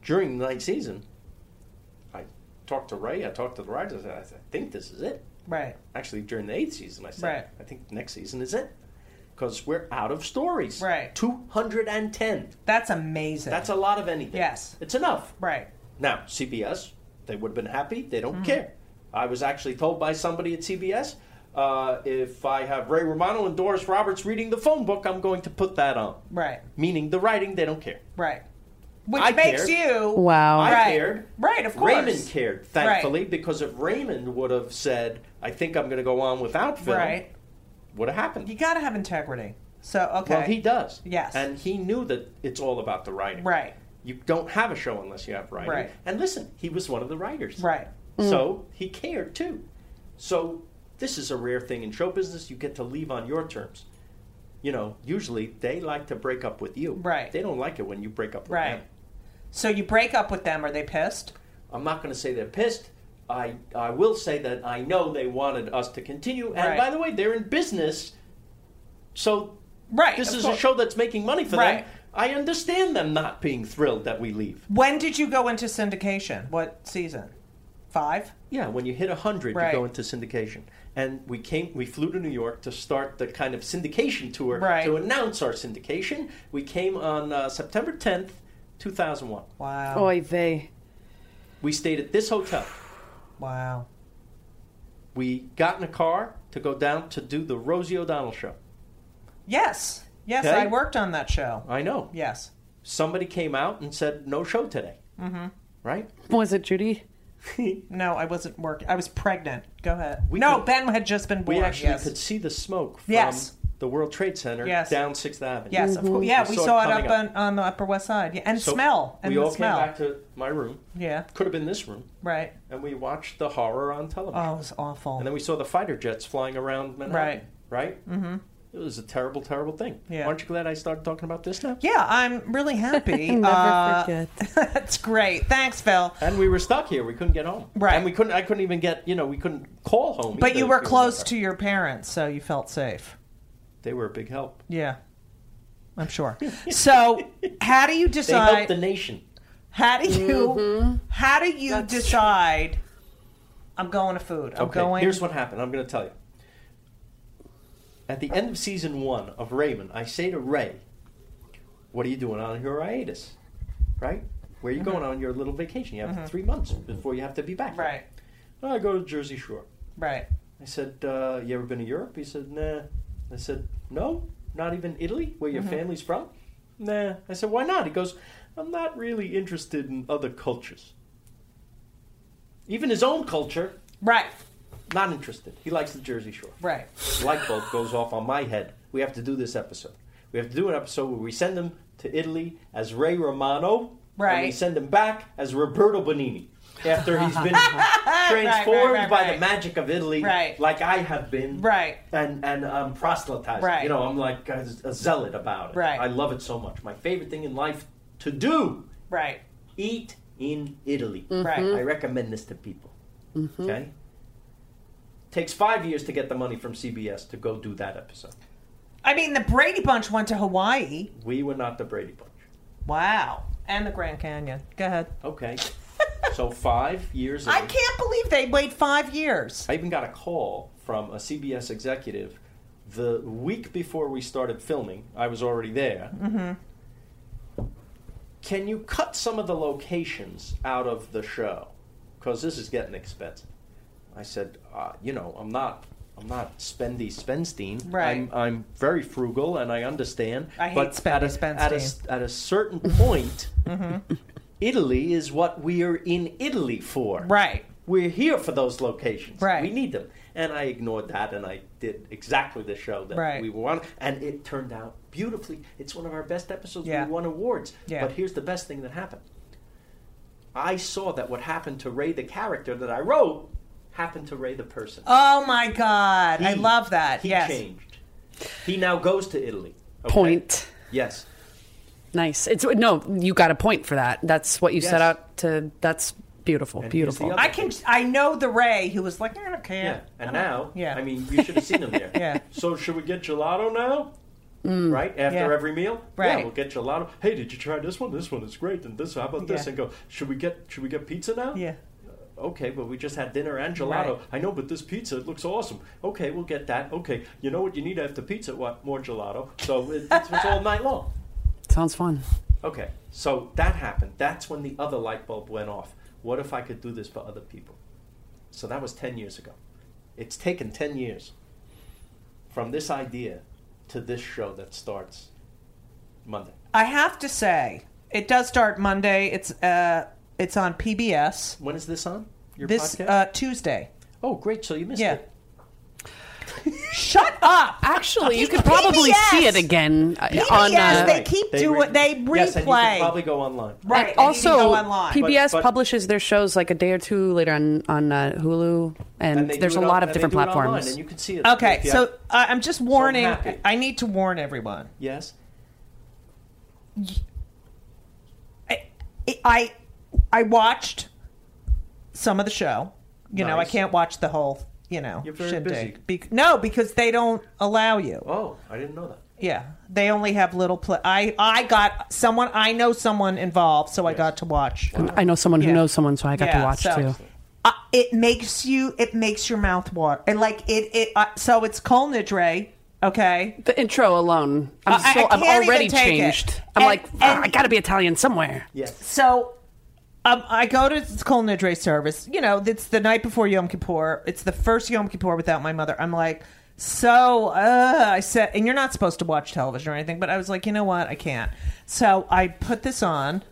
[SPEAKER 4] during the ninth season, I talked to Ray. I talked to the writers. and I said, I think this is it.
[SPEAKER 5] Right.
[SPEAKER 4] Actually, during the eighth season, I said,
[SPEAKER 5] Right.
[SPEAKER 4] I think next season is it because we're out of stories.
[SPEAKER 5] Right.
[SPEAKER 4] Two hundred and ten.
[SPEAKER 5] That's amazing.
[SPEAKER 4] That's a lot of anything.
[SPEAKER 5] Yes.
[SPEAKER 4] It's enough.
[SPEAKER 5] right. Mm-hmm.
[SPEAKER 4] Now, CBS, they would have been happy. They don't care. I was actually told by somebody at CBS uh, if I have Ray Romano and Doris Roberts reading the phone book, I'm going to put that on.
[SPEAKER 5] Right.
[SPEAKER 4] Meaning the writing, they don't care.
[SPEAKER 5] Right. which
[SPEAKER 4] I
[SPEAKER 5] makes
[SPEAKER 4] cared.
[SPEAKER 5] you
[SPEAKER 6] Wow.
[SPEAKER 4] I
[SPEAKER 5] right,
[SPEAKER 4] cared.
[SPEAKER 5] right, of course.
[SPEAKER 4] Raymond cared, thankfully, because if Raymond would have said, "I think I'm going to go on without film,"
[SPEAKER 5] Right,
[SPEAKER 4] would have happened.
[SPEAKER 5] you got to have integrity. So okay,
[SPEAKER 4] Well, he does.
[SPEAKER 5] Yes.
[SPEAKER 4] and he knew that it's all about the writing.
[SPEAKER 5] right,
[SPEAKER 4] You don't have a show unless you have writing.
[SPEAKER 5] Right.
[SPEAKER 4] And listen, he was one of the writers.
[SPEAKER 5] right.
[SPEAKER 4] So he cared too. So this is a rare thing in show business. You get to leave on your terms. You know, usually they like to break up with you.
[SPEAKER 5] Right.
[SPEAKER 4] They don't like it when you break up with
[SPEAKER 5] Right.
[SPEAKER 4] them.
[SPEAKER 5] So you break up with them. Are they pissed?
[SPEAKER 4] I'm not going to say they're pissed. I I will say that I know they wanted us to continue. And
[SPEAKER 5] Right.
[SPEAKER 4] by the way, they're in business, so
[SPEAKER 5] Right.
[SPEAKER 4] this
[SPEAKER 5] of
[SPEAKER 4] is a
[SPEAKER 5] course.
[SPEAKER 4] show that's making money for
[SPEAKER 5] Right.
[SPEAKER 4] them. I understand them not being thrilled that we leave.
[SPEAKER 5] When did you go into syndication? What season? Five.
[SPEAKER 4] Yeah, when you hit 100,
[SPEAKER 5] Right.
[SPEAKER 4] you go into syndication. And we came, we flew to New York to start the kind of syndication tour
[SPEAKER 5] Right.
[SPEAKER 4] to announce our syndication. We came on uh, September 10th, 2001.
[SPEAKER 5] Wow.
[SPEAKER 6] Oy vey.
[SPEAKER 4] We stayed at this hotel.
[SPEAKER 5] Wow.
[SPEAKER 4] We got in a car to go down to do the Rosie O'Donnell show.
[SPEAKER 5] Yes. Yes,
[SPEAKER 4] Okay.
[SPEAKER 5] I worked on that show.
[SPEAKER 4] I know.
[SPEAKER 5] Yes.
[SPEAKER 4] Somebody came out and said, no show today. Mm-hmm. Right?
[SPEAKER 6] Was it Judy?
[SPEAKER 5] No, I wasn't working. I was pregnant. Go ahead.
[SPEAKER 4] We
[SPEAKER 5] no,
[SPEAKER 4] could-
[SPEAKER 5] Ben had just been born.
[SPEAKER 4] We actually
[SPEAKER 5] yes.
[SPEAKER 4] could see the smoke from
[SPEAKER 5] Yes.
[SPEAKER 4] the World Trade Center
[SPEAKER 5] Yes.
[SPEAKER 4] down 6th Avenue.
[SPEAKER 5] Yes, of course. Yeah, we
[SPEAKER 4] saw it
[SPEAKER 5] saw it up,
[SPEAKER 4] Mm-hmm. coming up.
[SPEAKER 5] On, on the Upper West Side. Yeah, and
[SPEAKER 4] So
[SPEAKER 5] smell. And
[SPEAKER 4] we
[SPEAKER 5] the
[SPEAKER 4] all
[SPEAKER 5] smell.
[SPEAKER 4] came back to my room.
[SPEAKER 5] yeah,
[SPEAKER 4] Could have been this room.
[SPEAKER 5] right.
[SPEAKER 4] and we watched the horror on television.
[SPEAKER 5] Oh, it was awful.
[SPEAKER 4] And then we saw the fighter jets flying around Manhattan. Right. Right? Mm-hmm. It was a terrible, terrible thing.
[SPEAKER 5] Yeah.
[SPEAKER 4] Aren't you glad I started talking about this now?
[SPEAKER 5] yeah, I'm really happy.
[SPEAKER 6] Never
[SPEAKER 5] Uh,
[SPEAKER 6] forget.
[SPEAKER 5] that's great. Thanks, Phil.
[SPEAKER 4] And we were stuck here. We couldn't get home.
[SPEAKER 5] Right.
[SPEAKER 4] And we couldn't. I couldn't even get. You know, we couldn't call home.
[SPEAKER 5] But
[SPEAKER 4] either
[SPEAKER 5] you were
[SPEAKER 4] if it was
[SPEAKER 5] close
[SPEAKER 4] that
[SPEAKER 5] to your parents, so you felt safe.
[SPEAKER 4] bad. They were a big help.
[SPEAKER 5] Yeah, I'm sure. so, how do you
[SPEAKER 4] They
[SPEAKER 5] decide?
[SPEAKER 4] helped the nation.
[SPEAKER 5] How do you?
[SPEAKER 6] Mm-hmm.
[SPEAKER 5] How do you decide? I'm going to food. I'm
[SPEAKER 4] Okay.
[SPEAKER 5] going.
[SPEAKER 4] Here's what happened. I'm going to tell you. At the end of season one of Raymond, I say to Ray, "What are you doing on your hiatus? Right? Where are you going on your little vacation? You have three months before you have to be back.
[SPEAKER 5] Right.
[SPEAKER 4] "Oh, I go to Jersey Shore.
[SPEAKER 5] Right.
[SPEAKER 4] I said, uh, "You ever been to Europe?" He said, "Nah." I said, "No, not even Italy, where your family's from." Nah. I said, "Why not?" He goes, "I'm not really interested in other cultures. Even his own culture,
[SPEAKER 5] Right.
[SPEAKER 4] not interested. He likes the Jersey Shore."
[SPEAKER 5] Right.
[SPEAKER 4] Light bulb goes off on my head. We have to do this episode. We have to do an episode where we send him to Italy as Ray Romano, and we
[SPEAKER 5] Right.
[SPEAKER 4] send him back as Roberto Benini after he's been transformed
[SPEAKER 5] right,
[SPEAKER 4] by
[SPEAKER 5] right.
[SPEAKER 4] the magic of Italy,
[SPEAKER 5] Right.
[SPEAKER 4] like I have been,
[SPEAKER 5] Right.
[SPEAKER 4] and and um, proselytized.
[SPEAKER 5] Right.
[SPEAKER 4] You know, I'm like a, a zealot about it.
[SPEAKER 5] Right.
[SPEAKER 4] I love it so much. My favorite thing in life to do:
[SPEAKER 5] Right.
[SPEAKER 4] eat in Italy.
[SPEAKER 5] Right.
[SPEAKER 4] I recommend this to people. Okay. Takes five years to get the money from CBS to go do that episode.
[SPEAKER 5] I mean, the Brady Bunch went to Hawaii.
[SPEAKER 4] We were not the Brady Bunch.
[SPEAKER 5] Wow. And the Grand Canyon. Go ahead.
[SPEAKER 4] Okay. so five years.
[SPEAKER 5] I
[SPEAKER 4] in,
[SPEAKER 5] can't believe they wait five years.
[SPEAKER 4] I even got a call from a CBS executive the week before we started filming. I was already there. Mm-hmm.
[SPEAKER 5] Mm-hmm.
[SPEAKER 4] Can you cut some of the locations out of the show? Because this is getting expensive. I said, uh, you know, I'm not. I'm not spendy Spenstein.
[SPEAKER 5] Right.
[SPEAKER 4] I'm, I'm very frugal and I understand.
[SPEAKER 5] I hate
[SPEAKER 4] but
[SPEAKER 5] spendy
[SPEAKER 4] at a, At a,
[SPEAKER 5] Spenstein. Mm-hmm.
[SPEAKER 4] at a certain point, Italy is what we are in Italy for.
[SPEAKER 5] Right.
[SPEAKER 4] We're here for those locations.
[SPEAKER 5] Right.
[SPEAKER 4] We need them. And I ignored that and I did exactly the show that
[SPEAKER 5] Right.
[SPEAKER 4] we won. And it turned out beautifully. It's one of our best episodes.
[SPEAKER 5] Yeah.
[SPEAKER 4] We won awards.
[SPEAKER 5] Yeah.
[SPEAKER 4] But here's the best thing that happened I saw that what happened to Ray, the character that I wrote, happened to Ray, the person.
[SPEAKER 5] Oh my God. I
[SPEAKER 4] He-
[SPEAKER 5] love that.
[SPEAKER 4] He
[SPEAKER 5] yes.
[SPEAKER 4] changed. He now goes to Italy. Okay?
[SPEAKER 6] Point.
[SPEAKER 4] Yes.
[SPEAKER 6] Nice. It's no, you got a point for that. That's what you set
[SPEAKER 4] Yes.
[SPEAKER 6] out to. That's beautiful.
[SPEAKER 4] And here's
[SPEAKER 6] beautiful.
[SPEAKER 4] the
[SPEAKER 5] I can. I know the Ray who was like, I don't care.
[SPEAKER 4] Yeah, and now,
[SPEAKER 5] Yeah.
[SPEAKER 4] I mean, you should have seen him there. Mm.
[SPEAKER 5] Yeah.
[SPEAKER 4] So should we get gelato now? Right after
[SPEAKER 5] Yeah.
[SPEAKER 4] every meal,
[SPEAKER 5] Right.
[SPEAKER 4] Yeah, we'll get gelato. Hey, did you try this one? This one is great. And this, how about this?
[SPEAKER 5] Yeah.
[SPEAKER 4] And go. Should we get? Should we get pizza now?
[SPEAKER 5] Yeah.
[SPEAKER 4] Okay, but we just had dinner and gelato.
[SPEAKER 5] Right.
[SPEAKER 4] I know, but this pizza it looks awesome. Okay, we'll get that. Okay, you know what you need after pizza? What more gelato? So it, it's, it's all night long.
[SPEAKER 6] Sounds fun.
[SPEAKER 4] Okay, so that happened. That's when the other light bulb went off. What if I could do this for other people? So that was 10 years ago. It's taken 10 years from this idea to this show that starts Monday.
[SPEAKER 5] I have to say, It does start Monday. It's uh, it's on PBS
[SPEAKER 4] When is this on? Your
[SPEAKER 5] this
[SPEAKER 4] podcast?
[SPEAKER 5] uh, Tuesday.
[SPEAKER 4] oh, great. So you missed
[SPEAKER 5] Yeah.
[SPEAKER 4] it.
[SPEAKER 5] Shut up.
[SPEAKER 6] Actually, you could probably
[SPEAKER 5] PBS.
[SPEAKER 6] see it again uh,
[SPEAKER 5] PBS,
[SPEAKER 6] on. Uh,
[SPEAKER 5] They keep doing-
[SPEAKER 4] re-
[SPEAKER 5] they
[SPEAKER 4] Yes, and you
[SPEAKER 5] replay.
[SPEAKER 4] could probably go online.
[SPEAKER 5] Right.
[SPEAKER 6] and
[SPEAKER 5] and you can
[SPEAKER 6] also,
[SPEAKER 5] go online.
[SPEAKER 6] PBS
[SPEAKER 4] But- but-
[SPEAKER 6] publishes their shows like a day or two later on on uh, Hulu, and,
[SPEAKER 4] they do
[SPEAKER 6] there's
[SPEAKER 4] it
[SPEAKER 6] a
[SPEAKER 4] on-
[SPEAKER 6] lot
[SPEAKER 4] and
[SPEAKER 6] of
[SPEAKER 4] they
[SPEAKER 6] different
[SPEAKER 4] do it
[SPEAKER 6] platforms.
[SPEAKER 4] Online, and you can see it.
[SPEAKER 5] okay,
[SPEAKER 4] if you
[SPEAKER 5] so
[SPEAKER 4] have-
[SPEAKER 5] I I'm just warning.
[SPEAKER 4] happy.
[SPEAKER 5] I need to warn everyone.
[SPEAKER 4] yes.
[SPEAKER 5] I- I I watched some of the show. You know, I
[SPEAKER 4] Nice.
[SPEAKER 5] can't watch the whole. You know,
[SPEAKER 4] You're very
[SPEAKER 5] shindig. Be- no, because they don't allow you.
[SPEAKER 4] Oh, I didn't know that.
[SPEAKER 5] Yeah, they only have little. Pl- I I got someone. I know someone involved, so I got to watch.
[SPEAKER 6] I know someone who
[SPEAKER 5] Yeah.
[SPEAKER 6] knows someone, so I got to
[SPEAKER 5] Yeah,
[SPEAKER 6] watch
[SPEAKER 5] so-
[SPEAKER 6] too.
[SPEAKER 5] Uh, it makes you. It makes your mouth water, and like it. It uh, so it's Colnidre. Okay,
[SPEAKER 6] The intro alone, I'm,
[SPEAKER 5] I- I
[SPEAKER 6] so, I, am
[SPEAKER 5] can't even
[SPEAKER 6] already
[SPEAKER 5] take it.
[SPEAKER 6] changed. I'm
[SPEAKER 5] And-
[SPEAKER 6] like, "Ah,
[SPEAKER 5] and-
[SPEAKER 6] I got to be Italian somewhere.
[SPEAKER 4] Yes.
[SPEAKER 5] so um, I go to this Kol Nidre service. You know, it's the night before Yom Kippur. It's the first Yom Kippur without my mother. I'm like, so uh, I said, and you're not supposed to watch television or anything, but I was like, you know what, I can't. So I put this on.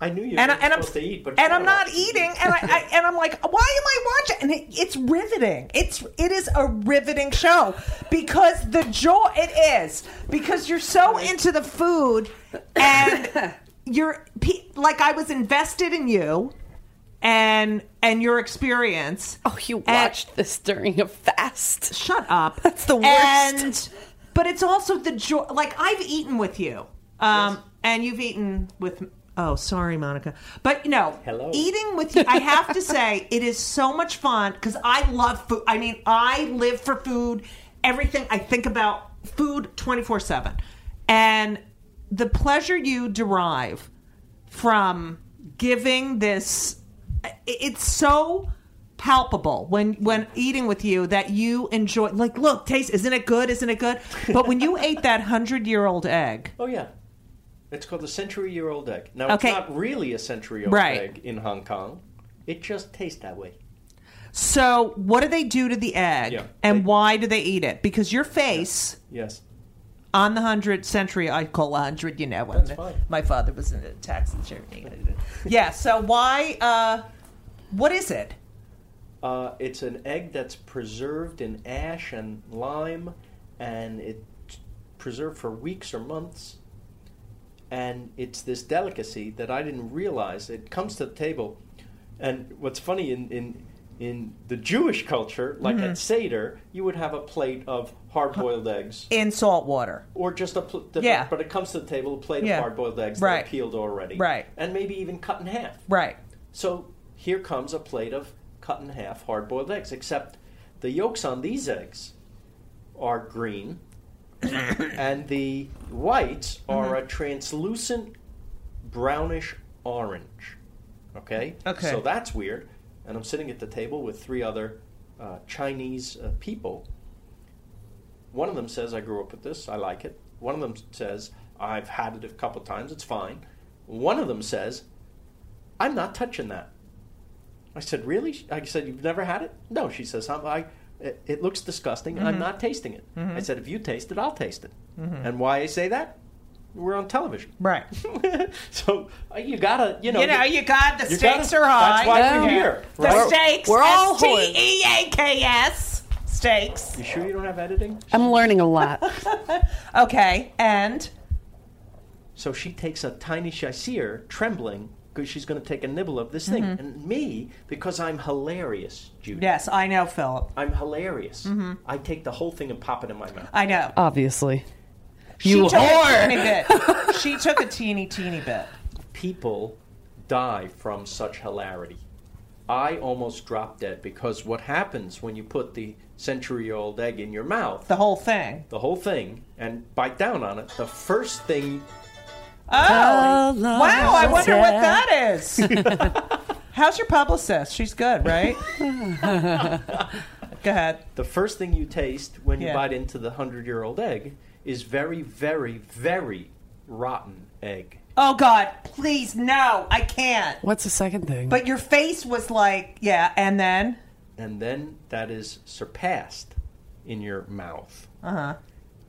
[SPEAKER 4] I knew you
[SPEAKER 5] and, I,
[SPEAKER 4] were
[SPEAKER 5] and I'm
[SPEAKER 4] supposed to eat, but you
[SPEAKER 5] and I'm
[SPEAKER 4] gotta
[SPEAKER 5] not
[SPEAKER 4] watch.
[SPEAKER 5] eating, and I, I and I'm like, why am I watching? And it, it's riveting. It's it is a riveting show because the joy it is because you're so into the food and you're pe- like I was invested in you and and your experience.
[SPEAKER 6] Oh, you watched this during a fast.
[SPEAKER 5] Shut up.
[SPEAKER 6] That's the worst.
[SPEAKER 5] And but it's also the joy. Like I've eaten with you, um, and you've eaten with. Oh, sorry, Monica. But you know,
[SPEAKER 4] Hello.
[SPEAKER 5] eating with you, I have to say, it is so much fun because I love food. I mean, I live for food. Everything I think about food twenty four seven, and the pleasure you derive from giving this i- it's so palpable when when eating with you that you enjoy like look taste isn't it good isn't it good but when you ate that 100 year old egg
[SPEAKER 4] Oh yeah. It's called a century-year-old egg. Now
[SPEAKER 5] Okay.
[SPEAKER 4] it's not really a century-old
[SPEAKER 5] Right.
[SPEAKER 4] egg in Hong Kong. It just tastes that way.
[SPEAKER 5] so what do they do to the egg
[SPEAKER 4] Yeah.
[SPEAKER 5] and
[SPEAKER 4] They-
[SPEAKER 5] why do they eat it because your face
[SPEAKER 4] Yes.
[SPEAKER 5] on the hundred century, I call a hundred. You know, when
[SPEAKER 4] That's fine.
[SPEAKER 5] my father was in a tax attorney. yeah. So why? Uh, what is it?
[SPEAKER 4] Uh, it's an egg that's preserved in ash and lime, and it's preserved for weeks or months. And it's this delicacy that I didn't realize. It comes to the table, and what's funny in in in the Jewish culture, like
[SPEAKER 5] Mm-hmm.
[SPEAKER 4] at Seder, you would have a plate of hard-boiled eggs,
[SPEAKER 5] In salt water.
[SPEAKER 4] or just a pl- the,
[SPEAKER 5] Yeah.
[SPEAKER 4] But it comes to the table, a plate
[SPEAKER 5] Yeah.
[SPEAKER 4] of hard-boiled eggs
[SPEAKER 5] Right.
[SPEAKER 4] that are peeled already,
[SPEAKER 5] Right.
[SPEAKER 4] And maybe even cut in half,
[SPEAKER 5] Right.
[SPEAKER 4] so here comes a plate of cut in half hard boiled eggs, except the yolks on these eggs are green and the whites are a translucent brownish orange. Okay?
[SPEAKER 5] Okay.
[SPEAKER 4] So that's weird. And I'm sitting at the table with three other uh, Chinese uh, people. One of them says, I grew up with this, I like it. One of them says, I've had it a couple times, it's fine. One of them says, I'm not touching that. I said, really? I said, you've never had it? No, she says, I'm, I, it, it looks disgusting.
[SPEAKER 5] Mm-hmm.
[SPEAKER 4] I'm not tasting it. I said, if you taste it, I'll taste it. And why I say that? We're on television.
[SPEAKER 5] Right.
[SPEAKER 4] so uh, you gotta, you know.
[SPEAKER 5] You know, you got the
[SPEAKER 4] you gotta-
[SPEAKER 5] stakes are high.
[SPEAKER 4] That's why
[SPEAKER 6] Yeah.
[SPEAKER 4] we're here.
[SPEAKER 5] The
[SPEAKER 4] right?
[SPEAKER 5] stakes.
[SPEAKER 6] we're all
[SPEAKER 5] S T E A K S. Stakes.
[SPEAKER 4] You sure you don't have editing?
[SPEAKER 5] Um,
[SPEAKER 6] I'm learning a lot.
[SPEAKER 5] Okay. And
[SPEAKER 4] So she takes a tiny, sh- I see her trembling because she's going to take a nibble of this thing.
[SPEAKER 5] Mm-hmm.
[SPEAKER 4] And me, because I'm hilarious, Judy.
[SPEAKER 5] yes, I know, Philip.
[SPEAKER 4] I'm hilarious.
[SPEAKER 5] Mm-hmm.
[SPEAKER 4] I take the whole thing and pop it in my mouth.
[SPEAKER 5] I know.
[SPEAKER 6] Obviously,
[SPEAKER 5] she
[SPEAKER 6] you
[SPEAKER 5] took a
[SPEAKER 6] whore.
[SPEAKER 5] teeny bit. She took a teeny teeny bit.
[SPEAKER 4] people die from such hilarity. I almost dropped dead because what happens when you put the century old egg in your mouth,
[SPEAKER 5] The whole thing.
[SPEAKER 4] the whole thing, and bite down on it, the first thing,
[SPEAKER 5] Oh,
[SPEAKER 6] Hello,
[SPEAKER 5] wow! I wonder what
[SPEAKER 6] Sarah.
[SPEAKER 5] that is. How's your publicist? She's good, right? Go ahead.
[SPEAKER 4] the first thing you taste when you
[SPEAKER 5] Yeah.
[SPEAKER 4] bite into the 100 year old egg is very, very, very rotten egg.
[SPEAKER 5] Oh God, please no, I can't.
[SPEAKER 6] What's the second thing?
[SPEAKER 5] But your face was like, yeah, and then
[SPEAKER 4] And then that is surpassed in your mouth
[SPEAKER 6] Uh-huh.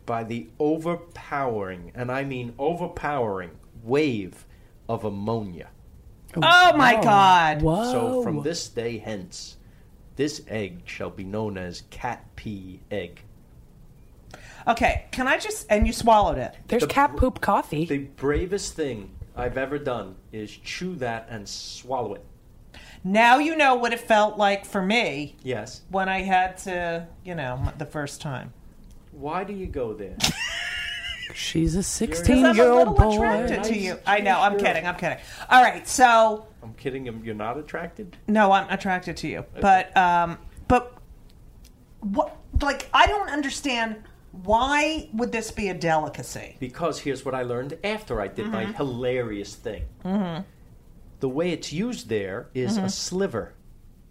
[SPEAKER 4] by the overpowering, and I mean overpowering, wave of ammonia.
[SPEAKER 5] Oh my God.
[SPEAKER 6] Whoa.
[SPEAKER 4] So from this day hence, this egg shall be known as cat pee egg.
[SPEAKER 5] Okay, can I just and you swallowed it.
[SPEAKER 6] There's cat poop coffee.
[SPEAKER 4] The bravest thing I've ever done is chew that and swallow it.
[SPEAKER 5] Now you know what it felt like for me
[SPEAKER 4] Yes.
[SPEAKER 5] when I had to, you know, m- the first time.
[SPEAKER 4] Why do you go there?
[SPEAKER 6] She's a
[SPEAKER 5] Because I'm
[SPEAKER 6] 16
[SPEAKER 5] a
[SPEAKER 6] year old
[SPEAKER 5] little
[SPEAKER 6] boy.
[SPEAKER 5] attracted to you. I know. I'm kidding. I'm kidding. All right. So
[SPEAKER 4] I'm kidding. I'm- You're not attracted.
[SPEAKER 5] no, I'm attracted to you, but um, but what? Like I don't understand why would this be a delicacy?
[SPEAKER 4] Because here's what I learned after I did my
[SPEAKER 5] Mm-hmm.
[SPEAKER 4] hilarious thing. The way it's used there is
[SPEAKER 5] Mm-hmm.
[SPEAKER 4] a sliver.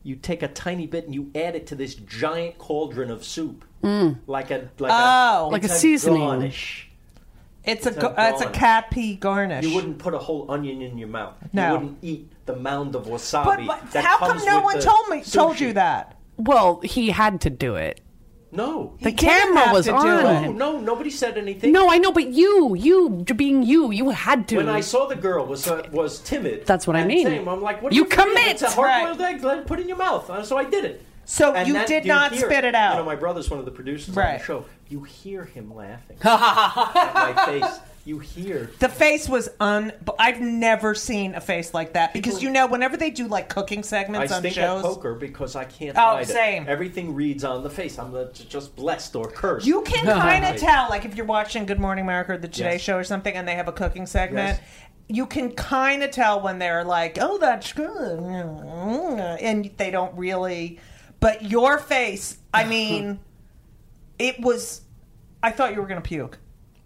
[SPEAKER 4] You take a tiny bit and you add it to this giant cauldron of soup, like a like
[SPEAKER 5] Mm.
[SPEAKER 4] a
[SPEAKER 5] Oh. Like
[SPEAKER 6] a
[SPEAKER 4] it's
[SPEAKER 6] seasoning.
[SPEAKER 4] garnish.
[SPEAKER 5] It's a
[SPEAKER 4] a
[SPEAKER 5] go- uh, it's a
[SPEAKER 4] garnish.
[SPEAKER 5] cat pea garnish.
[SPEAKER 4] You wouldn't put a whole onion in your mouth.
[SPEAKER 5] No.
[SPEAKER 4] You wouldn't eat the mound of wasabi.
[SPEAKER 5] But, but
[SPEAKER 4] that
[SPEAKER 5] how come
[SPEAKER 4] comes
[SPEAKER 5] no
[SPEAKER 4] with
[SPEAKER 5] one
[SPEAKER 4] the
[SPEAKER 5] told me told
[SPEAKER 4] sushi.
[SPEAKER 5] you that?
[SPEAKER 6] Well, he had to do it.
[SPEAKER 4] No.
[SPEAKER 6] The
[SPEAKER 5] didn't
[SPEAKER 6] camera
[SPEAKER 5] have
[SPEAKER 6] was
[SPEAKER 5] to do
[SPEAKER 6] on.
[SPEAKER 5] it.
[SPEAKER 4] no, no, nobody said anything.
[SPEAKER 6] No, I know, but you, you being you, you had to.
[SPEAKER 4] When I saw the girl was uh, was timid.
[SPEAKER 6] That's what I
[SPEAKER 4] and
[SPEAKER 6] mean.
[SPEAKER 4] tame, I'm like, what? Are
[SPEAKER 6] You
[SPEAKER 4] you afraid of?
[SPEAKER 6] commit,
[SPEAKER 4] It's a hard-boiled egg. Let it put it in your mouth. Uh, So I did it.
[SPEAKER 5] So you
[SPEAKER 4] that-
[SPEAKER 5] did not
[SPEAKER 4] hear
[SPEAKER 5] spit it out.
[SPEAKER 4] You know, my brother's one of the producers on
[SPEAKER 5] Right.
[SPEAKER 4] the show. You hear him laughing at my face. You hear.
[SPEAKER 5] The face was un. I've never seen a face like that because you know whenever they do like cooking
[SPEAKER 4] I
[SPEAKER 5] segments on
[SPEAKER 4] stink
[SPEAKER 5] shows,
[SPEAKER 4] at poker because I can't
[SPEAKER 5] Oh,
[SPEAKER 4] hide
[SPEAKER 5] same.
[SPEAKER 4] it. Everything reads on the face. I'm uh, j- just blessed or cursed.
[SPEAKER 5] you can kind of
[SPEAKER 4] Right.
[SPEAKER 5] tell. Like if you're watching Good Morning America or The Today
[SPEAKER 4] Yes.
[SPEAKER 5] Show or something, and they have a cooking segment.
[SPEAKER 4] Yes.
[SPEAKER 5] You can kind of tell when they're like, "Oh, that's good," Mm-hmm. and they don't really. But your face, I mean, it was. I thought you were going to puke.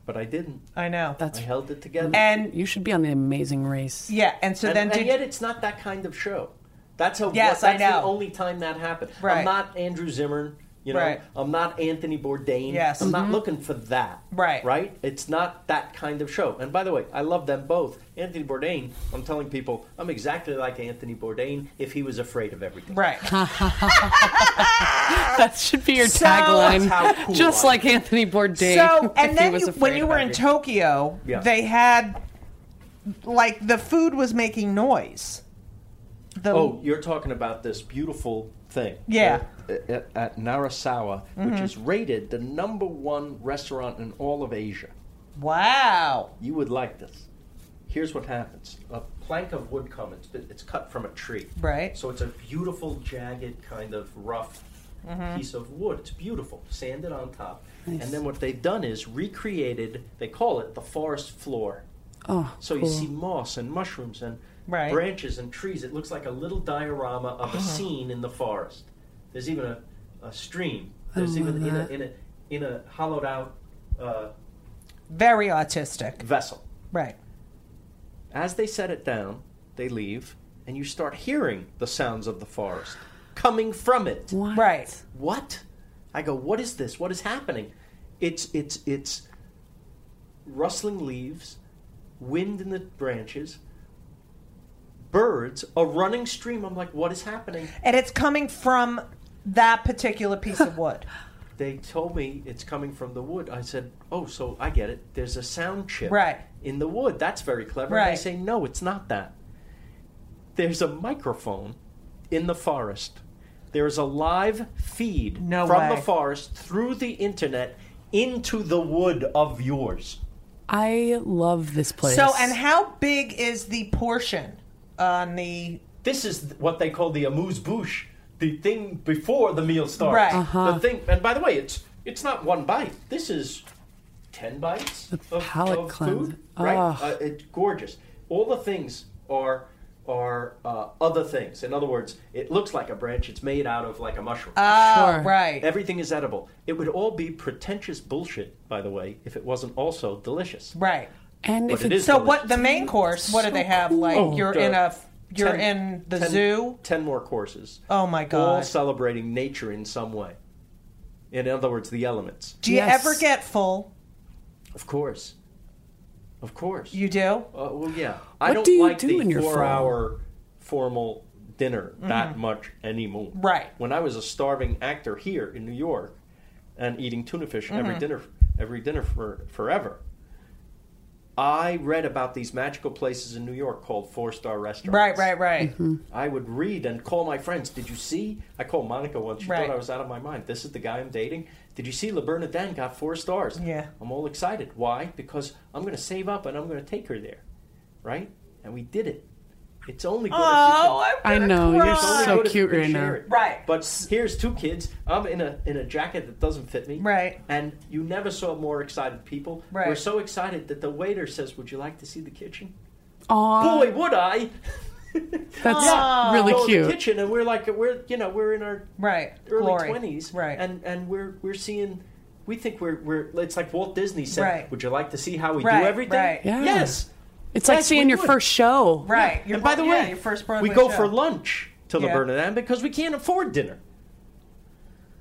[SPEAKER 4] But I didn't.
[SPEAKER 5] I know.
[SPEAKER 4] I held it together.
[SPEAKER 5] and
[SPEAKER 6] you should be on the Amazing Race.
[SPEAKER 5] yeah, and so
[SPEAKER 4] and,
[SPEAKER 5] then
[SPEAKER 4] and
[SPEAKER 5] did
[SPEAKER 4] yet it's not that kind of show. That's how.
[SPEAKER 5] Yes, I
[SPEAKER 4] that's
[SPEAKER 5] know.
[SPEAKER 4] The only time that happened.
[SPEAKER 5] Right.
[SPEAKER 4] I'm not Andrew Zimmern. You know,
[SPEAKER 5] Right.
[SPEAKER 4] I'm not Anthony Bourdain.
[SPEAKER 5] Yes.
[SPEAKER 4] I'm not looking for that.
[SPEAKER 5] Right.
[SPEAKER 4] Right. It's not that kind of show. And by the way, I love them both. Anthony Bourdain. I'm telling people, I'm exactly like Anthony Bourdain if he was afraid of everything.
[SPEAKER 5] right.
[SPEAKER 6] That should be your
[SPEAKER 5] So-
[SPEAKER 6] tagline.
[SPEAKER 4] That's how cool
[SPEAKER 6] Just
[SPEAKER 4] I
[SPEAKER 6] like Anthony Bourdain.
[SPEAKER 5] So,
[SPEAKER 6] if he
[SPEAKER 5] and then
[SPEAKER 6] was
[SPEAKER 5] you,
[SPEAKER 6] afraid
[SPEAKER 5] when you
[SPEAKER 6] of
[SPEAKER 5] were in
[SPEAKER 6] everything.
[SPEAKER 5] Tokyo,
[SPEAKER 4] Yeah.
[SPEAKER 5] they had like the food was making noise. The,
[SPEAKER 4] Oh, you're talking about this beautiful thing.
[SPEAKER 5] Yeah. Mm-hmm.
[SPEAKER 4] uh, At, at Narasawa, which is rated the number one restaurant in all of Asia.
[SPEAKER 5] wow!
[SPEAKER 4] You would like this. Here's what happens. A plank of wood comes. It's, it's cut from a tree.
[SPEAKER 5] Right.
[SPEAKER 4] So it's a beautiful, jagged, kind of rough piece of wood. It's beautiful. Sanded on top. And then what they've done is recreated, they call it the forest floor.
[SPEAKER 6] Oh,
[SPEAKER 4] So
[SPEAKER 6] cool.
[SPEAKER 4] you see moss and mushrooms and
[SPEAKER 5] Right.
[SPEAKER 4] branches and trees. It looks like a little diorama of a scene in the forest. There's even a, a stream. There's even in a, in a in a hollowed out uh,
[SPEAKER 5] Very autistic,
[SPEAKER 4] vessel.
[SPEAKER 5] right?
[SPEAKER 4] As they set it down, they leave, and you start hearing the sounds of the forest coming from it.
[SPEAKER 6] What?
[SPEAKER 5] Right.
[SPEAKER 4] What? I go, what is this? What is happening? It's it's it's rustling leaves, wind in the branches, birds, a running stream. I'm like, what is happening?
[SPEAKER 5] And it's coming from that particular piece of wood.
[SPEAKER 4] They told me it's coming from the wood. I said, oh, so I get it. There's a sound chip
[SPEAKER 5] Right.
[SPEAKER 4] in the wood. That's very clever. And
[SPEAKER 5] Right.
[SPEAKER 4] they say, no, it's not that. There's a microphone in the forest. There is a live feed
[SPEAKER 5] No
[SPEAKER 4] from
[SPEAKER 5] way.
[SPEAKER 4] the forest through the internet into the wood of yours.
[SPEAKER 6] I love this place.
[SPEAKER 5] So, and how big is the portion on the
[SPEAKER 4] This is th- what they call the amuse bouche, the thing before the meal starts.
[SPEAKER 5] Right.
[SPEAKER 6] Uh-huh.
[SPEAKER 4] The thing, and by the way, it's it's not one bite. This is ten bites of,
[SPEAKER 6] palate
[SPEAKER 4] of
[SPEAKER 6] cleanse-
[SPEAKER 4] food. Right.
[SPEAKER 6] Ugh.
[SPEAKER 4] Uh, it's gorgeous. All the things are are uh, other things. In other words, it looks like a branch. It's made out of like a mushroom.
[SPEAKER 5] Oh,
[SPEAKER 6] Sure.
[SPEAKER 5] right?
[SPEAKER 4] Everything is edible. It would all be pretentious bullshit, by the way, if it wasn't also delicious.
[SPEAKER 5] right.
[SPEAKER 6] and
[SPEAKER 4] But
[SPEAKER 6] if
[SPEAKER 4] it
[SPEAKER 6] it's
[SPEAKER 4] is
[SPEAKER 5] So, what the main course? What do they have? Like you're in a you're
[SPEAKER 4] Ten-
[SPEAKER 5] in the
[SPEAKER 4] ten-
[SPEAKER 5] zoo.
[SPEAKER 4] Ten more courses.
[SPEAKER 5] Oh my
[SPEAKER 4] All
[SPEAKER 5] god!
[SPEAKER 4] celebrating nature in some way. In other words, the elements.
[SPEAKER 5] Do you
[SPEAKER 6] Yes.
[SPEAKER 5] ever get full?
[SPEAKER 4] Of course. Of course.
[SPEAKER 5] You do.
[SPEAKER 4] Uh, well, yeah. I
[SPEAKER 6] What
[SPEAKER 4] don't
[SPEAKER 6] do you
[SPEAKER 4] like
[SPEAKER 6] do
[SPEAKER 4] the
[SPEAKER 6] in your fall?
[SPEAKER 4] four-hour formal dinner that much anymore.
[SPEAKER 5] Right.
[SPEAKER 4] When I was a starving actor here in New York, and eating tuna fish every dinner, every dinner for forever, I read about these magical places in New York called four star restaurants.
[SPEAKER 5] Right, right, right.
[SPEAKER 6] Mm-hmm.
[SPEAKER 4] I would read and call my friends. Did you see? I called Monica once. She
[SPEAKER 5] Right.
[SPEAKER 4] thought I was out of my mind. This is the guy I'm dating. Did you see La Bernadette got four stars?
[SPEAKER 5] Yeah.
[SPEAKER 4] I'm all excited. Why? Because I'm going to save up and I'm going to take her there. Right? And we did it. It's only good
[SPEAKER 5] Oh,
[SPEAKER 4] if you can-
[SPEAKER 5] I'm
[SPEAKER 6] I
[SPEAKER 5] gonna
[SPEAKER 6] know, you're
[SPEAKER 5] cry.
[SPEAKER 4] it's only
[SPEAKER 6] so
[SPEAKER 4] good if you
[SPEAKER 6] cute
[SPEAKER 4] can
[SPEAKER 6] right
[SPEAKER 4] share
[SPEAKER 6] now.
[SPEAKER 4] it.
[SPEAKER 5] Right.
[SPEAKER 4] But here's two kids. I'm in a in a jacket that doesn't fit me.
[SPEAKER 5] Right.
[SPEAKER 4] And you never saw more excited people.
[SPEAKER 5] Right.
[SPEAKER 4] We're so excited that the waiter says, "Would you like to see the kitchen?"
[SPEAKER 6] Aw,
[SPEAKER 4] Boy, would I!
[SPEAKER 6] that's really
[SPEAKER 4] Uh, go in the
[SPEAKER 6] cute.
[SPEAKER 4] kitchen and we're like we're you know we're in our
[SPEAKER 5] Right.
[SPEAKER 4] early
[SPEAKER 5] Glory.
[SPEAKER 4] twenties
[SPEAKER 5] Right.
[SPEAKER 4] and and we're we're seeing we think we're we're it's like Walt Disney said
[SPEAKER 5] Right.
[SPEAKER 4] would you like to see how we
[SPEAKER 5] Right,
[SPEAKER 4] do everything
[SPEAKER 5] right.
[SPEAKER 6] Yeah.
[SPEAKER 4] yes
[SPEAKER 6] It's like
[SPEAKER 4] Yes,
[SPEAKER 6] seeing
[SPEAKER 4] we
[SPEAKER 6] your
[SPEAKER 4] would.
[SPEAKER 6] first show.
[SPEAKER 5] right. Your-
[SPEAKER 4] and by the
[SPEAKER 5] yeah,
[SPEAKER 4] way
[SPEAKER 5] your first
[SPEAKER 4] we
[SPEAKER 5] Broadway
[SPEAKER 4] go
[SPEAKER 5] show.
[SPEAKER 4] for lunch to La
[SPEAKER 5] Yeah.
[SPEAKER 4] Bernadette because we can't afford dinner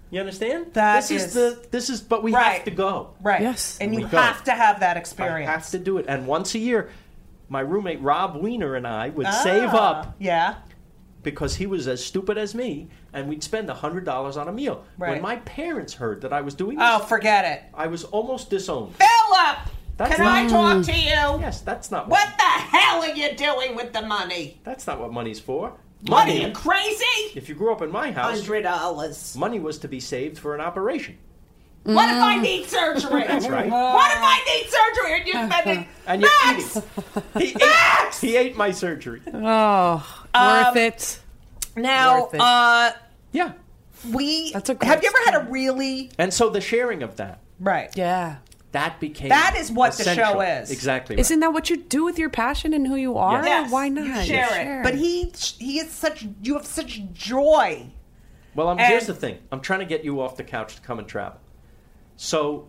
[SPEAKER 4] you understand
[SPEAKER 5] That
[SPEAKER 4] this is,
[SPEAKER 5] is-
[SPEAKER 4] the this is but we
[SPEAKER 5] Right.
[SPEAKER 4] have to go
[SPEAKER 5] Right.
[SPEAKER 6] Yes.
[SPEAKER 5] And
[SPEAKER 4] We
[SPEAKER 5] you
[SPEAKER 4] go.
[SPEAKER 5] have to have that
[SPEAKER 4] I
[SPEAKER 5] experience.
[SPEAKER 4] have to do it and once a year my roommate Rob Weiner and I would save
[SPEAKER 5] Ah.
[SPEAKER 4] up
[SPEAKER 5] Yeah.
[SPEAKER 4] because he was as stupid as me, and we'd spend hundred dollars on a meal.
[SPEAKER 5] Right.
[SPEAKER 4] When my parents heard that I was doing this,
[SPEAKER 5] Oh, forget it.
[SPEAKER 4] I was almost disowned.
[SPEAKER 5] Philip,
[SPEAKER 4] That's
[SPEAKER 5] can I
[SPEAKER 4] not-
[SPEAKER 5] talk to you?
[SPEAKER 4] Yes, that's not what,
[SPEAKER 5] What the hell are you doing with the money?
[SPEAKER 4] that's not what money's for.
[SPEAKER 5] What are
[SPEAKER 4] Money.
[SPEAKER 5] you crazy?
[SPEAKER 4] If you grew up in my house,
[SPEAKER 5] Hundred dollars.
[SPEAKER 4] money was to be saved for an operation.
[SPEAKER 5] What if I need surgery?
[SPEAKER 4] That's right.
[SPEAKER 5] What if I need surgery and you're spending?
[SPEAKER 4] And yet
[SPEAKER 5] Max!
[SPEAKER 4] eating. He ate, he ate my surgery.
[SPEAKER 6] Oh, worth it.
[SPEAKER 5] Now,
[SPEAKER 9] Worth it.
[SPEAKER 5] uh,
[SPEAKER 4] Yeah.
[SPEAKER 5] we
[SPEAKER 6] That's a great
[SPEAKER 5] have you ever had a really
[SPEAKER 4] And so the sharing of that.
[SPEAKER 5] right?
[SPEAKER 6] Yeah.
[SPEAKER 4] That became
[SPEAKER 5] That is what the
[SPEAKER 4] essential.
[SPEAKER 5] show is.
[SPEAKER 4] Exactly. right.
[SPEAKER 6] Isn't that what you do with your passion and who you are?
[SPEAKER 5] Yes,
[SPEAKER 6] Why not?
[SPEAKER 5] You share it, but he he is such you have such joy.
[SPEAKER 4] Well, I'm, here's
[SPEAKER 5] And-
[SPEAKER 4] the thing. I'm trying to get you off the couch to come and travel. So,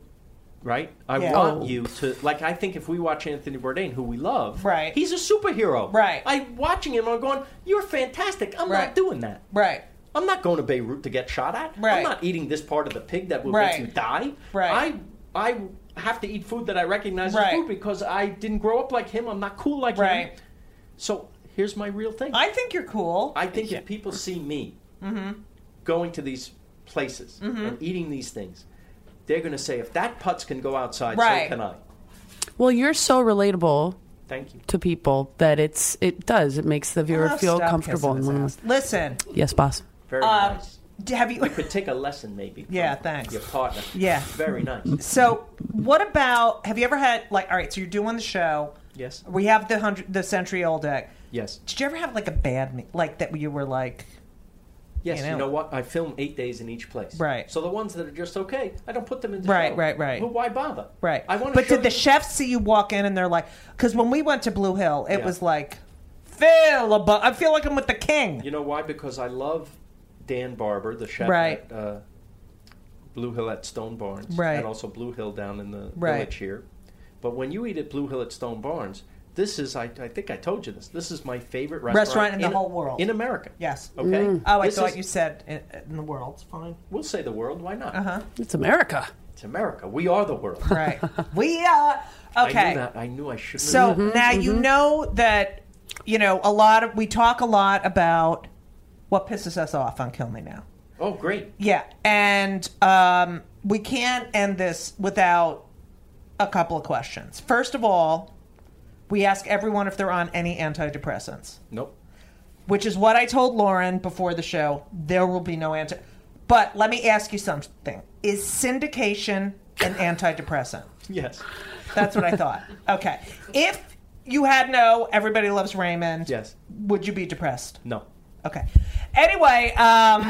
[SPEAKER 4] right? I
[SPEAKER 5] Yeah.
[SPEAKER 4] want
[SPEAKER 5] Oh.
[SPEAKER 4] you to like. I think if we watch Anthony Bourdain, who we love,
[SPEAKER 5] Right.
[SPEAKER 4] He's a superhero,
[SPEAKER 5] Right.
[SPEAKER 4] I watching him. I'm going, you're fantastic. I'm
[SPEAKER 5] Right.
[SPEAKER 4] not doing that.
[SPEAKER 5] Right.
[SPEAKER 4] I'm not going to Beirut to get shot at.
[SPEAKER 5] Right.
[SPEAKER 4] I'm not eating this part of the pig that will
[SPEAKER 5] Right.
[SPEAKER 4] make you die.
[SPEAKER 5] Right.
[SPEAKER 4] I I have to eat food that I recognize
[SPEAKER 5] Right.
[SPEAKER 4] as food because I didn't grow up like him. I'm not cool like him.
[SPEAKER 5] Right.
[SPEAKER 4] So here's my real thing.
[SPEAKER 5] I think you're cool.
[SPEAKER 4] I think if people see me
[SPEAKER 5] Mm-hmm.
[SPEAKER 4] going to these places and eating these things, they're going to say, if that putz can go outside,
[SPEAKER 5] Right.
[SPEAKER 4] so can I.
[SPEAKER 6] well, you're so relatable
[SPEAKER 4] Thank you.
[SPEAKER 6] to people that it's it does it makes the viewer
[SPEAKER 5] Oh,
[SPEAKER 6] feel
[SPEAKER 5] stop
[SPEAKER 6] comfortable.
[SPEAKER 5] kissing
[SPEAKER 6] and-
[SPEAKER 5] his ass. Listen,
[SPEAKER 6] Yes, boss.
[SPEAKER 4] Very
[SPEAKER 5] Uh,
[SPEAKER 4] nice.
[SPEAKER 5] d- have you?
[SPEAKER 4] Could take a lesson, maybe. from
[SPEAKER 5] Yeah, thanks.
[SPEAKER 4] Your partner.
[SPEAKER 5] Yeah.
[SPEAKER 4] Very nice.
[SPEAKER 5] So, what about? Have you ever had like? All right, so you're doing the show.
[SPEAKER 4] Yes.
[SPEAKER 5] We have the hundred, the century old egg.
[SPEAKER 4] Yes.
[SPEAKER 5] Did you ever have like a bad me- like that? You were like,
[SPEAKER 4] Yes.
[SPEAKER 5] You
[SPEAKER 4] You
[SPEAKER 5] know.
[SPEAKER 4] know. what? I film eight days in each place.
[SPEAKER 5] Right.
[SPEAKER 4] So the ones that are just okay, I don't put them in. The
[SPEAKER 5] Right,
[SPEAKER 4] show.
[SPEAKER 5] right, right.
[SPEAKER 4] Well, why bother?
[SPEAKER 5] right?
[SPEAKER 4] I want.
[SPEAKER 5] But did the chefs see you walk in and they're like? Because when we went to Blue Hill, it
[SPEAKER 4] Yeah.
[SPEAKER 5] was like, Phil, abo- I feel like I'm with the king.
[SPEAKER 4] You know why? Because I love Dan Barber, the chef
[SPEAKER 5] Right.
[SPEAKER 4] at uh, Blue Hill at Stone Barns,
[SPEAKER 5] Right.
[SPEAKER 4] and also Blue Hill down in the
[SPEAKER 5] Right.
[SPEAKER 4] village here. But when you eat at Blue Hill at Stone Barns, this is, I, I think I told you this, this is my favorite restaurant,
[SPEAKER 5] Restaurant in the whole world.
[SPEAKER 4] In America.
[SPEAKER 5] Yes.
[SPEAKER 4] Okay?
[SPEAKER 5] Oh, I
[SPEAKER 4] This
[SPEAKER 5] thought
[SPEAKER 4] is-
[SPEAKER 5] you said in, in the world. It's fine.
[SPEAKER 4] We'll say the world, why not?
[SPEAKER 6] It's America.
[SPEAKER 4] It's America. We are the world.
[SPEAKER 5] Uh-huh. Right. we are okay.
[SPEAKER 4] I knew that. I knew I shouldn't have
[SPEAKER 5] So
[SPEAKER 4] done
[SPEAKER 5] now you know that you know a lot of we talk a lot about what pisses us off on Kill Me Now.
[SPEAKER 4] that. Oh, great.
[SPEAKER 5] Yeah, and um, we can't end this without a couple of questions. First of all, we ask everyone if they're on any antidepressants,
[SPEAKER 4] Nope.
[SPEAKER 5] which is what I told Lauren before the show. There will be no anti. But let me ask you something: Is syndication an antidepressant?
[SPEAKER 4] Yes.
[SPEAKER 5] That's what I thought. Okay. If you had no Everybody Loves Raymond,
[SPEAKER 4] Yes.
[SPEAKER 5] would you be depressed?
[SPEAKER 4] No.
[SPEAKER 5] Okay. Anyway, um,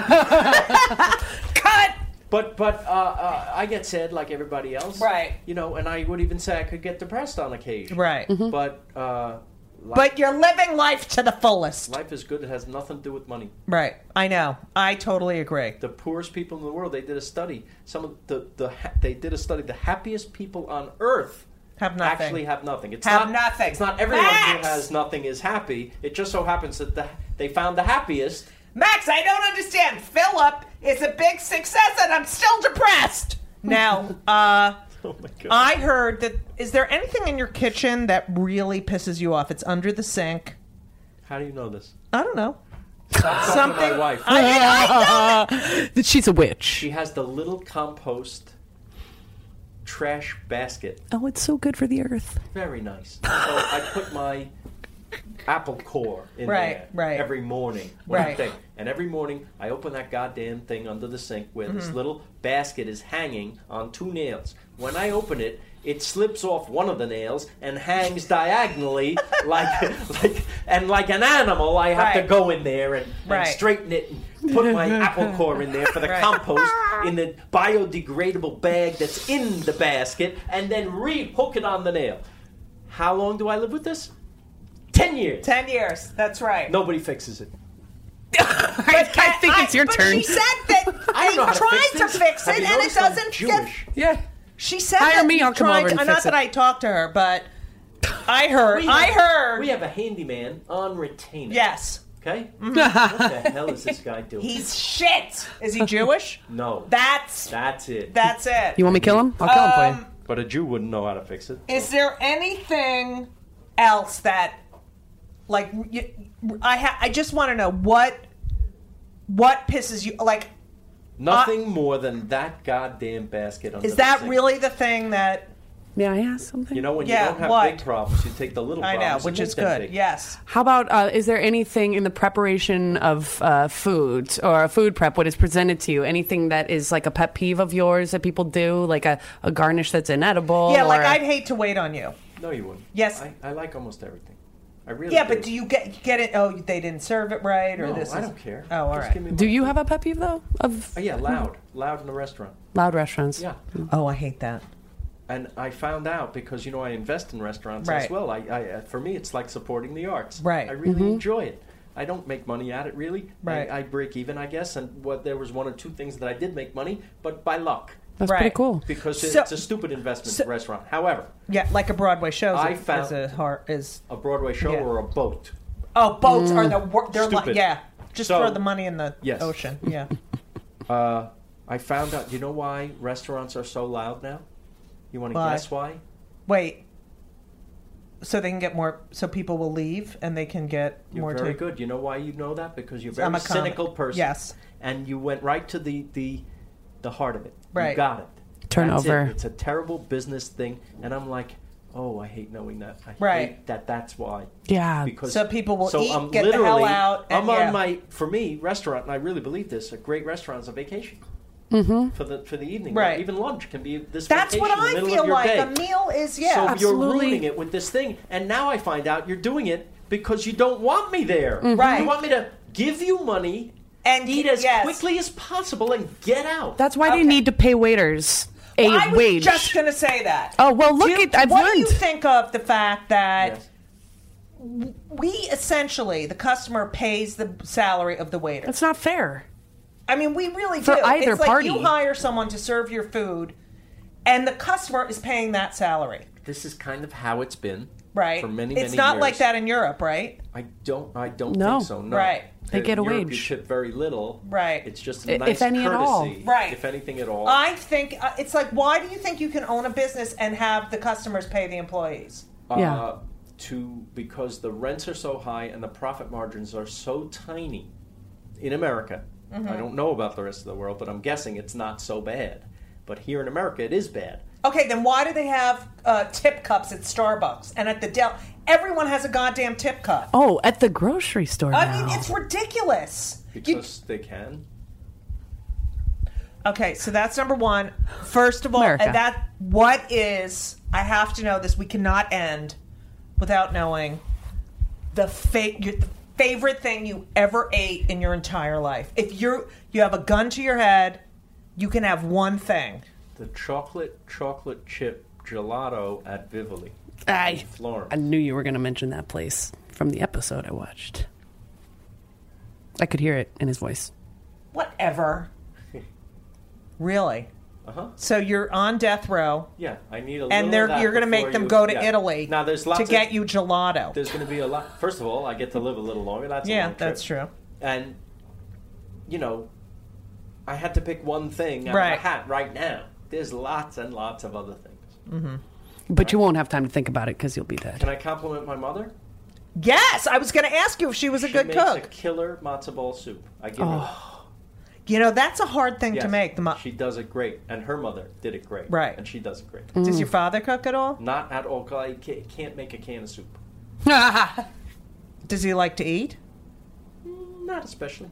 [SPEAKER 5] cut.
[SPEAKER 4] But but uh, uh, I get sad like everybody else,
[SPEAKER 5] Right.
[SPEAKER 4] You know, and I would even say I could get depressed on occasion,
[SPEAKER 5] Right.
[SPEAKER 4] But uh, life,
[SPEAKER 5] But you're living life to the fullest.
[SPEAKER 4] life is good. It has nothing to do with money.
[SPEAKER 5] Right. I know. I totally agree.
[SPEAKER 4] The poorest people in the world. They did a study. Some of the the ha- they did a study. The happiest people on earth
[SPEAKER 5] Have nothing.
[SPEAKER 4] Actually, have nothing. It's
[SPEAKER 5] Have
[SPEAKER 4] not,
[SPEAKER 5] nothing.
[SPEAKER 4] It's not everyone
[SPEAKER 5] Facts!
[SPEAKER 4] who has nothing is happy. It just so happens that the, they found the happiest.
[SPEAKER 5] Max, I don't understand. Philip is a big success and I'm still depressed. Now, uh,
[SPEAKER 4] Oh my god!
[SPEAKER 5] I heard that. Is there anything in your kitchen that really pisses you off? It's under the sink.
[SPEAKER 4] How do you know this?
[SPEAKER 5] I don't know.
[SPEAKER 4] Talk to
[SPEAKER 5] Something.
[SPEAKER 4] my wife.
[SPEAKER 5] I, I know
[SPEAKER 6] She's a witch.
[SPEAKER 4] She has the little compost trash basket.
[SPEAKER 6] Oh, it's so good for the earth.
[SPEAKER 4] Very nice. So I put my apple core in
[SPEAKER 5] Right,
[SPEAKER 4] there
[SPEAKER 5] right.
[SPEAKER 4] every morning. when I
[SPEAKER 5] Right.
[SPEAKER 4] think. And every morning I open that goddamn thing under the sink where this
[SPEAKER 5] Mm-hmm.
[SPEAKER 4] little basket is hanging on two nails. When I open it, it slips off one of the nails and hangs diagonally like like and like an animal I have to
[SPEAKER 5] Right.
[SPEAKER 4] go in there and, and
[SPEAKER 5] Right.
[SPEAKER 4] straighten it and put my apple core in there for the
[SPEAKER 5] Right.
[SPEAKER 4] compost in the biodegradable bag that's in the basket and then re-hook it on the nail. How long do I live with this? Ten years.
[SPEAKER 5] Ten years. That's right.
[SPEAKER 4] Nobody fixes it.
[SPEAKER 6] I, I think it's your
[SPEAKER 5] but
[SPEAKER 6] turn.
[SPEAKER 5] She said that
[SPEAKER 4] I don't know how
[SPEAKER 5] they tried
[SPEAKER 4] to
[SPEAKER 5] to
[SPEAKER 4] fix, this.
[SPEAKER 5] fix
[SPEAKER 4] Have
[SPEAKER 5] it
[SPEAKER 4] you
[SPEAKER 5] and it
[SPEAKER 4] noticed I'm
[SPEAKER 5] doesn't get
[SPEAKER 4] Jewish.
[SPEAKER 6] yeah.
[SPEAKER 5] She said
[SPEAKER 6] Hire
[SPEAKER 5] that
[SPEAKER 6] me,
[SPEAKER 5] you
[SPEAKER 6] I'll come
[SPEAKER 5] tried
[SPEAKER 6] over and
[SPEAKER 5] to-
[SPEAKER 6] fix
[SPEAKER 5] Not that
[SPEAKER 6] it.
[SPEAKER 5] I talked to her, but I heard.
[SPEAKER 4] We
[SPEAKER 5] I
[SPEAKER 4] have-
[SPEAKER 5] heard.
[SPEAKER 4] We have a handyman on retainer.
[SPEAKER 5] yes. Mm-hmm.
[SPEAKER 4] Okay. what the hell is this guy doing?
[SPEAKER 5] He's shit. Is he Jewish?
[SPEAKER 4] no.
[SPEAKER 5] That's
[SPEAKER 4] that's it.
[SPEAKER 5] that's it.
[SPEAKER 6] You want me to kill him? I'll kill him for you.
[SPEAKER 5] Um,
[SPEAKER 4] but a Jew wouldn't know how to fix it.
[SPEAKER 5] Is there anything else that, like, you, I ha- I just want to know what what pisses you like.
[SPEAKER 4] Nothing more than that goddamn basket. Under
[SPEAKER 5] Is
[SPEAKER 4] the
[SPEAKER 5] that
[SPEAKER 4] sink.
[SPEAKER 5] really the thing that
[SPEAKER 6] May I ask something?
[SPEAKER 4] You know when
[SPEAKER 5] Yeah,
[SPEAKER 4] you don't have
[SPEAKER 5] what?
[SPEAKER 4] big problems, you take the little
[SPEAKER 5] I
[SPEAKER 4] problems.
[SPEAKER 5] know,
[SPEAKER 4] and
[SPEAKER 5] which
[SPEAKER 4] make
[SPEAKER 5] is
[SPEAKER 4] them
[SPEAKER 5] good.
[SPEAKER 4] big.
[SPEAKER 5] Yes.
[SPEAKER 6] How about uh, is there anything in the preparation of uh, food or food prep, what is presented to you? Anything that is like a pet peeve of yours that people do, like a, a garnish that's inedible?
[SPEAKER 5] Yeah,
[SPEAKER 6] or-
[SPEAKER 5] like I'd hate to wait on you.
[SPEAKER 4] No, you wouldn't.
[SPEAKER 5] Yes.
[SPEAKER 4] I, I like almost everything. I really.
[SPEAKER 5] Yeah, but do you get get it? Oh, they didn't serve it right, or
[SPEAKER 4] No,
[SPEAKER 5] this?
[SPEAKER 4] I
[SPEAKER 5] is-
[SPEAKER 4] don't care.
[SPEAKER 5] Oh, all
[SPEAKER 4] Just
[SPEAKER 5] right.
[SPEAKER 4] give
[SPEAKER 5] Mm-hmm.
[SPEAKER 4] me
[SPEAKER 6] Do
[SPEAKER 4] my
[SPEAKER 6] you
[SPEAKER 4] food.
[SPEAKER 6] have a pet peeve though of
[SPEAKER 4] Oh, yeah, loud, loud in the restaurant.
[SPEAKER 6] loud restaurants?
[SPEAKER 4] Yeah.
[SPEAKER 5] Oh, I hate that.
[SPEAKER 4] and I found out because you know I invest in restaurants as
[SPEAKER 5] Right.
[SPEAKER 4] well. I, I uh, for me it's like supporting the arts.
[SPEAKER 5] Right.
[SPEAKER 4] I really
[SPEAKER 6] Mm-hmm.
[SPEAKER 4] enjoy it. I don't make money at it really.
[SPEAKER 5] Right.
[SPEAKER 4] I, I break even, I guess. And what there was one or two things that I did make money, but by luck
[SPEAKER 6] that's
[SPEAKER 5] Right.
[SPEAKER 6] pretty cool.
[SPEAKER 4] because
[SPEAKER 5] So-
[SPEAKER 4] it's a stupid investment
[SPEAKER 5] so-
[SPEAKER 4] restaurant. However,
[SPEAKER 5] Yeah, like a Broadway show.
[SPEAKER 4] I
[SPEAKER 5] is, a-
[SPEAKER 4] found-
[SPEAKER 5] is a har- is
[SPEAKER 4] a Broadway show
[SPEAKER 5] Yeah.
[SPEAKER 4] or a boat.
[SPEAKER 5] oh boats are the wor- they're like
[SPEAKER 4] Stupid.
[SPEAKER 5] yeah, just
[SPEAKER 4] So-
[SPEAKER 5] throw the money in the
[SPEAKER 4] Yes.
[SPEAKER 5] ocean. Yeah,
[SPEAKER 4] I found out. You know why restaurants are so loud now? You want to
[SPEAKER 5] Why?
[SPEAKER 4] guess why?
[SPEAKER 5] wait. So they can get more. So people will leave and they can get
[SPEAKER 4] You're
[SPEAKER 5] more.
[SPEAKER 4] very
[SPEAKER 5] ta-
[SPEAKER 4] good. You know why you know that? Because you're a very
[SPEAKER 5] I'm a comic.
[SPEAKER 4] cynical person.
[SPEAKER 5] Yes.
[SPEAKER 4] And you went right to the the, the heart of it.
[SPEAKER 5] Right.
[SPEAKER 4] You got it.
[SPEAKER 6] Turn
[SPEAKER 4] That's it.
[SPEAKER 6] over.
[SPEAKER 4] It's a terrible business thing, and I'm like, oh, I hate knowing that. I
[SPEAKER 5] Right.
[SPEAKER 4] hate that. That's why.
[SPEAKER 6] Yeah.
[SPEAKER 4] Because
[SPEAKER 5] So people will
[SPEAKER 4] so
[SPEAKER 5] eat,
[SPEAKER 4] I'm
[SPEAKER 5] get the hell
[SPEAKER 4] literally-
[SPEAKER 5] out, and
[SPEAKER 4] I'm on
[SPEAKER 5] yeah.
[SPEAKER 4] my for me restaurant, and I really believe this. A great restaurant's a vacation. Mm-hmm. For the for the evening,
[SPEAKER 5] Right.
[SPEAKER 4] Even lunch can be this.
[SPEAKER 5] That's what
[SPEAKER 4] vacation in the middle
[SPEAKER 5] I
[SPEAKER 4] of
[SPEAKER 5] feel
[SPEAKER 4] your
[SPEAKER 5] like.
[SPEAKER 4] day.
[SPEAKER 5] A meal is yeah.
[SPEAKER 4] So you're
[SPEAKER 6] Absolutely.
[SPEAKER 4] ruining it with this thing, and now I find out you're doing it because you don't want me there.
[SPEAKER 5] Right.
[SPEAKER 4] You want me to give you money
[SPEAKER 5] And
[SPEAKER 4] eat
[SPEAKER 5] y-
[SPEAKER 4] as
[SPEAKER 5] yes.
[SPEAKER 4] quickly as possible and get out.
[SPEAKER 6] That's why they need to pay waiters a
[SPEAKER 5] I was
[SPEAKER 6] wage.
[SPEAKER 5] just gonna say that.
[SPEAKER 6] Oh, well, look
[SPEAKER 5] Do you-
[SPEAKER 6] at- I've
[SPEAKER 5] what do
[SPEAKER 6] learned.
[SPEAKER 5] you think of the fact that
[SPEAKER 4] Yes.
[SPEAKER 5] we essentially the customer pays the salary of the waiter?
[SPEAKER 6] That's not fair.
[SPEAKER 5] I mean, we really
[SPEAKER 6] For
[SPEAKER 5] do.
[SPEAKER 6] either
[SPEAKER 5] it's like you
[SPEAKER 6] party.
[SPEAKER 5] hire someone to serve your food, and the customer is paying that salary,
[SPEAKER 4] This is kind of how it's been
[SPEAKER 5] right?
[SPEAKER 4] for many, many
[SPEAKER 5] It's not
[SPEAKER 4] years.
[SPEAKER 5] like that in Europe, right?
[SPEAKER 4] I don't. I don't
[SPEAKER 6] No.
[SPEAKER 4] think so. No.
[SPEAKER 5] Right.
[SPEAKER 6] They
[SPEAKER 4] In
[SPEAKER 6] get a
[SPEAKER 4] Europe, You
[SPEAKER 6] wage.
[SPEAKER 4] tip very little.
[SPEAKER 5] Right.
[SPEAKER 4] It's just
[SPEAKER 6] I-
[SPEAKER 4] a
[SPEAKER 6] if
[SPEAKER 4] nice
[SPEAKER 6] any at
[SPEAKER 4] courtesy,
[SPEAKER 6] all.
[SPEAKER 5] Right.
[SPEAKER 4] If anything at all.
[SPEAKER 5] I think uh, it's like, why do you think you can own a business and have the customers pay the employees?
[SPEAKER 4] uh,
[SPEAKER 6] Yeah.
[SPEAKER 4] To because the rents are so high and the profit margins are so tiny in America.
[SPEAKER 5] Mm-hmm.
[SPEAKER 4] I don't know about the rest of the world, but I'm guessing it's not so bad. But here in America, it is bad.
[SPEAKER 5] Okay, then why do they have uh, tip cups at Starbucks and at the Dell? Everyone has a goddamn tip cup.
[SPEAKER 6] Oh, at the grocery store.
[SPEAKER 5] I
[SPEAKER 6] now.
[SPEAKER 5] mean, it's ridiculous. You-
[SPEAKER 4] Because they can.
[SPEAKER 5] Okay, so that's number one. First of all,
[SPEAKER 6] America.
[SPEAKER 5] and that what is I have to know this. We cannot end without knowing the fa- your the favorite thing you ever ate in your entire life. If you you have a gun to your head, you can have one thing.
[SPEAKER 4] The chocolate chocolate chip gelato at Vivoli.
[SPEAKER 6] Aye.
[SPEAKER 4] in Florence.
[SPEAKER 6] I knew you were going to mention that place from the episode I watched. I could hear it in his voice.
[SPEAKER 5] Whatever. really.
[SPEAKER 4] Uh-huh.
[SPEAKER 5] So you're on death row,
[SPEAKER 4] Yeah, I need a little
[SPEAKER 5] and
[SPEAKER 4] of
[SPEAKER 5] they're
[SPEAKER 4] that
[SPEAKER 5] you're going to
[SPEAKER 4] before
[SPEAKER 5] make them
[SPEAKER 4] you-
[SPEAKER 5] go to
[SPEAKER 4] yeah.
[SPEAKER 5] Italy
[SPEAKER 4] Now there's lots
[SPEAKER 5] to get
[SPEAKER 4] of,
[SPEAKER 5] you gelato.
[SPEAKER 4] There's going to be a lot. First of all, I get to live a little longer. That's a
[SPEAKER 5] yeah,
[SPEAKER 4] long trip.
[SPEAKER 5] that's true.
[SPEAKER 4] And you know, I had to pick one thing out
[SPEAKER 5] Right.
[SPEAKER 4] of a hat right now. There's lots and lots of other things.
[SPEAKER 6] But you won't have time to think about it because you'll be dead.
[SPEAKER 4] Can I compliment my mother?
[SPEAKER 5] Yes, I was going to ask you if she was a
[SPEAKER 4] She
[SPEAKER 5] good
[SPEAKER 4] makes
[SPEAKER 5] cook.
[SPEAKER 4] a killer matzo ball soup. I give her. that.
[SPEAKER 5] You know, that's a hard thing to
[SPEAKER 4] Yes,
[SPEAKER 5] make. The mo-
[SPEAKER 4] she does it great, and her mother did it great.
[SPEAKER 5] Right.
[SPEAKER 4] and she does it great.
[SPEAKER 5] Does your father cook at all?
[SPEAKER 4] Not at all. 'cause I ca- can't make a can of soup.
[SPEAKER 5] Does he like to eat?
[SPEAKER 4] Not especially.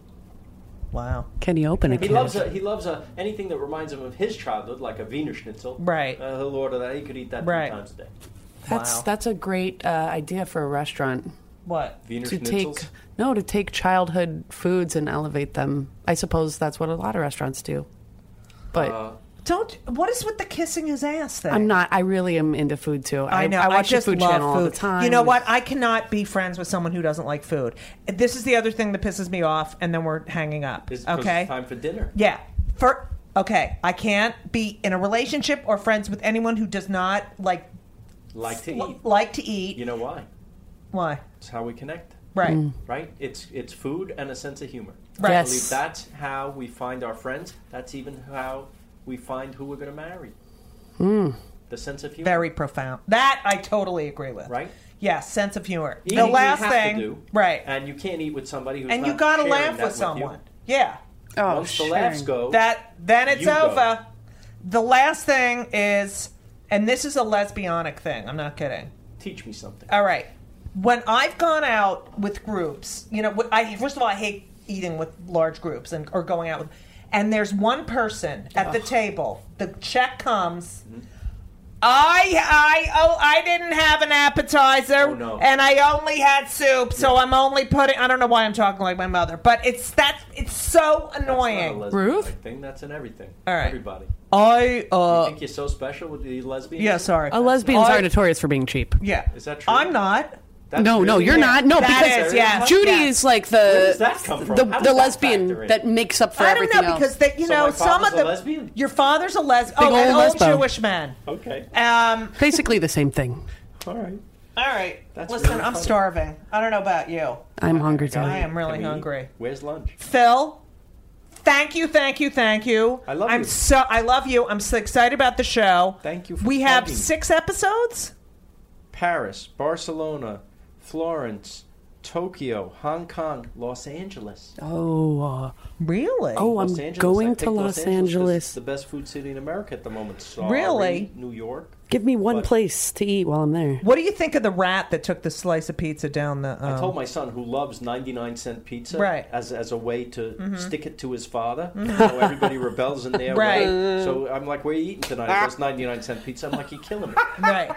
[SPEAKER 5] Wow.
[SPEAKER 6] Can you open it?
[SPEAKER 4] He loves a, he loves a, anything that reminds him of his childhood, like a Wiener Schnitzel.
[SPEAKER 5] Right.
[SPEAKER 4] Uh, he'll order that. He could eat that
[SPEAKER 5] Right.
[SPEAKER 4] three times a day.
[SPEAKER 6] That's
[SPEAKER 5] Wow.
[SPEAKER 6] that's a great uh, idea for a restaurant
[SPEAKER 5] What?
[SPEAKER 4] Wiener
[SPEAKER 6] to
[SPEAKER 4] Schnitzels.
[SPEAKER 6] take no to take childhood foods and elevate them. I suppose that's what a lot of restaurants do. But
[SPEAKER 5] Uh, Don't. What is with the kissing his ass thing?
[SPEAKER 6] I'm not. I really am into food too.
[SPEAKER 5] I know. I,
[SPEAKER 6] watch
[SPEAKER 5] just
[SPEAKER 6] the food
[SPEAKER 5] love
[SPEAKER 6] channel
[SPEAKER 5] food.
[SPEAKER 6] all the time.
[SPEAKER 5] You know what? I cannot be friends with someone who doesn't like food. This is the other thing that pisses me off, and then we're hanging up.
[SPEAKER 4] It's 'cause
[SPEAKER 5] okay.
[SPEAKER 4] It's time for dinner.
[SPEAKER 5] Yeah. For okay, I can't be in a relationship or friends with anyone who does not like
[SPEAKER 4] Like to
[SPEAKER 5] li-
[SPEAKER 4] eat.
[SPEAKER 5] like to eat.
[SPEAKER 4] You know why?
[SPEAKER 5] Why?
[SPEAKER 4] It's how we connect.
[SPEAKER 5] Right.
[SPEAKER 6] Mm.
[SPEAKER 4] Right? It's it's food and a sense of humor.
[SPEAKER 5] Right.
[SPEAKER 4] I believe
[SPEAKER 6] Yes.
[SPEAKER 4] that's how we find our friends. That's even how we find who we're going to marry. The sense of humor.
[SPEAKER 5] Hmm. Very profound. That I totally agree with.
[SPEAKER 4] Right?
[SPEAKER 5] Yeah, sense of humor.
[SPEAKER 4] Eating
[SPEAKER 5] the
[SPEAKER 4] we
[SPEAKER 5] last
[SPEAKER 4] have to
[SPEAKER 5] thing.
[SPEAKER 4] do,
[SPEAKER 5] right. And,
[SPEAKER 4] And you can't eat with somebody who's
[SPEAKER 5] you
[SPEAKER 4] not
[SPEAKER 5] got to
[SPEAKER 4] sharing
[SPEAKER 5] laugh
[SPEAKER 4] that
[SPEAKER 5] with
[SPEAKER 4] you.
[SPEAKER 5] someone. Yeah.
[SPEAKER 6] Oh,
[SPEAKER 4] Once the laughs
[SPEAKER 6] sharing.
[SPEAKER 4] go,
[SPEAKER 5] That then it's
[SPEAKER 4] You go.
[SPEAKER 5] over. The last thing is and this is a lesbianic thing. I'm not kidding.
[SPEAKER 4] teach me something.
[SPEAKER 5] All right. When I've gone out with groups, you know, wh- I first of all I hate eating with large groups and or going out with. And there's one person at the table. The check comes.
[SPEAKER 4] Mm-hmm.
[SPEAKER 5] I I oh I didn't have an appetizer,
[SPEAKER 4] Oh, no.
[SPEAKER 5] and I only had soup, so I'm only putting. I don't know why I'm talking like my mother, but it's that it's so
[SPEAKER 4] That's
[SPEAKER 5] annoying.
[SPEAKER 4] not a
[SPEAKER 6] Ruth?
[SPEAKER 4] lesbianic thing. That's in everything.
[SPEAKER 5] All right.
[SPEAKER 4] Everybody.
[SPEAKER 5] I
[SPEAKER 4] You
[SPEAKER 5] uh
[SPEAKER 4] think you're so special with the lesbian?
[SPEAKER 5] yeah sorry.
[SPEAKER 6] Uh, lesbians
[SPEAKER 5] I-
[SPEAKER 6] are notorious for being cheap.
[SPEAKER 5] yeah.
[SPEAKER 4] Is that true?
[SPEAKER 5] I'm not.
[SPEAKER 4] That's
[SPEAKER 6] No, no,
[SPEAKER 4] really-
[SPEAKER 6] you're not. No,
[SPEAKER 5] That
[SPEAKER 6] because
[SPEAKER 5] is, yeah.
[SPEAKER 6] Judy
[SPEAKER 5] Yeah.
[SPEAKER 6] is like
[SPEAKER 4] Where
[SPEAKER 6] the
[SPEAKER 4] does that come from? How
[SPEAKER 6] the,
[SPEAKER 4] does
[SPEAKER 6] the
[SPEAKER 4] that factor
[SPEAKER 6] lesbian
[SPEAKER 4] in?
[SPEAKER 6] that makes up for
[SPEAKER 5] I don't
[SPEAKER 6] everything
[SPEAKER 5] know because they, you
[SPEAKER 4] So
[SPEAKER 5] know
[SPEAKER 4] my
[SPEAKER 5] some of
[SPEAKER 4] father's a
[SPEAKER 5] the
[SPEAKER 4] lesbian?
[SPEAKER 5] your father's a lesbian. Oh,
[SPEAKER 6] old
[SPEAKER 5] an old
[SPEAKER 6] lesbo.
[SPEAKER 5] Jewish man.
[SPEAKER 4] Okay.
[SPEAKER 5] Um,
[SPEAKER 6] else. Basically the same thing.
[SPEAKER 4] All right.
[SPEAKER 5] all right.
[SPEAKER 4] That's
[SPEAKER 5] Listen,
[SPEAKER 4] really
[SPEAKER 5] I'm
[SPEAKER 4] funny.
[SPEAKER 5] starving. I don't know about you.
[SPEAKER 6] I'm hungry too.
[SPEAKER 5] I am really
[SPEAKER 4] Can we eat?
[SPEAKER 5] hungry.
[SPEAKER 4] Where's lunch?
[SPEAKER 5] Phil, thank you, thank you, thank you.
[SPEAKER 4] I love
[SPEAKER 5] I'm
[SPEAKER 4] you.
[SPEAKER 5] so I love you. I'm so excited about the show.
[SPEAKER 4] Thank you for
[SPEAKER 5] we have
[SPEAKER 4] plugging.
[SPEAKER 5] six episodes.
[SPEAKER 4] Paris, Barcelona, Florence, Tokyo, Hong Kong, Los Angeles.
[SPEAKER 6] Oh, uh,
[SPEAKER 5] Really?
[SPEAKER 6] oh, I'm
[SPEAKER 4] Los Angeles. I
[SPEAKER 6] going to
[SPEAKER 4] picked
[SPEAKER 6] Los
[SPEAKER 4] It's
[SPEAKER 6] Angeles.
[SPEAKER 4] the best food city in America at the moment. Sorry,
[SPEAKER 5] Really?
[SPEAKER 4] New York.
[SPEAKER 6] Give me one
[SPEAKER 4] What?
[SPEAKER 6] place to eat while I'm there.
[SPEAKER 5] What do you think of the rat that took the slice of pizza down the? Um,
[SPEAKER 6] Oh.
[SPEAKER 4] I told my son, who loves 99 cent pizza
[SPEAKER 5] Right. Mm-hmm.
[SPEAKER 4] as, as a way to stick it to his father, how everybody rebels in their
[SPEAKER 5] Right.
[SPEAKER 4] way. So I'm like, Where are you eating tonight? He goes, 99 cent pizza. I'm like, You're killing me.
[SPEAKER 5] right.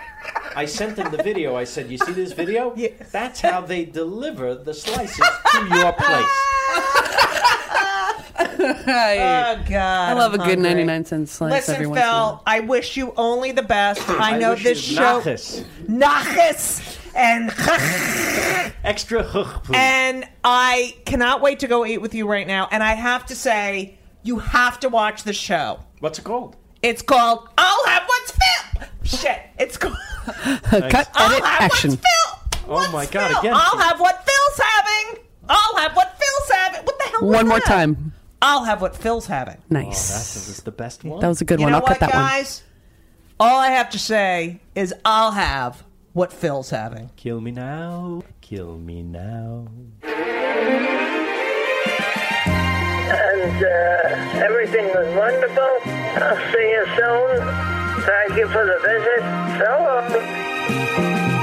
[SPEAKER 4] I sent him the video. I said, You see this video?
[SPEAKER 5] Yeah.
[SPEAKER 4] That's how they deliver the slices to your place.
[SPEAKER 5] Oh God,
[SPEAKER 6] I love
[SPEAKER 5] I'm
[SPEAKER 6] a good
[SPEAKER 5] hungry.
[SPEAKER 6] 99 cent slice
[SPEAKER 5] Listen,
[SPEAKER 6] every
[SPEAKER 5] Phil,
[SPEAKER 6] once in a while.
[SPEAKER 5] I wish you only the best. I know
[SPEAKER 4] wish
[SPEAKER 5] this
[SPEAKER 4] you
[SPEAKER 5] show
[SPEAKER 4] nachos.
[SPEAKER 5] Nachis and
[SPEAKER 4] Extra hook, please.
[SPEAKER 5] and I cannot wait to go eat with you right now. And I have to say, you have to watch the show.
[SPEAKER 4] What's it called?
[SPEAKER 5] It's called I'll Have What's Phil. Shit, it's called
[SPEAKER 6] Cut,
[SPEAKER 5] I'll
[SPEAKER 6] edit,
[SPEAKER 5] Have
[SPEAKER 6] action.
[SPEAKER 5] What's Phil.
[SPEAKER 4] Oh
[SPEAKER 5] What's
[SPEAKER 4] my God,
[SPEAKER 5] Phil?
[SPEAKER 4] again.
[SPEAKER 5] I'll have what Phil's having. I'll have what Phil's having. What the hell? was
[SPEAKER 6] One more
[SPEAKER 5] that?
[SPEAKER 6] time.
[SPEAKER 5] I'll have what Phil's having.
[SPEAKER 6] Nice.
[SPEAKER 4] This Oh, is the best one.
[SPEAKER 6] that was a good
[SPEAKER 5] You
[SPEAKER 6] one.
[SPEAKER 5] know
[SPEAKER 6] I'll
[SPEAKER 5] what,
[SPEAKER 6] cut that
[SPEAKER 5] guys? All I have to say is I'll have what Phil's having.
[SPEAKER 4] Kill me now. Kill me now.
[SPEAKER 10] and uh, everything was wonderful. I'll see you soon. Thank you for the visit. So long.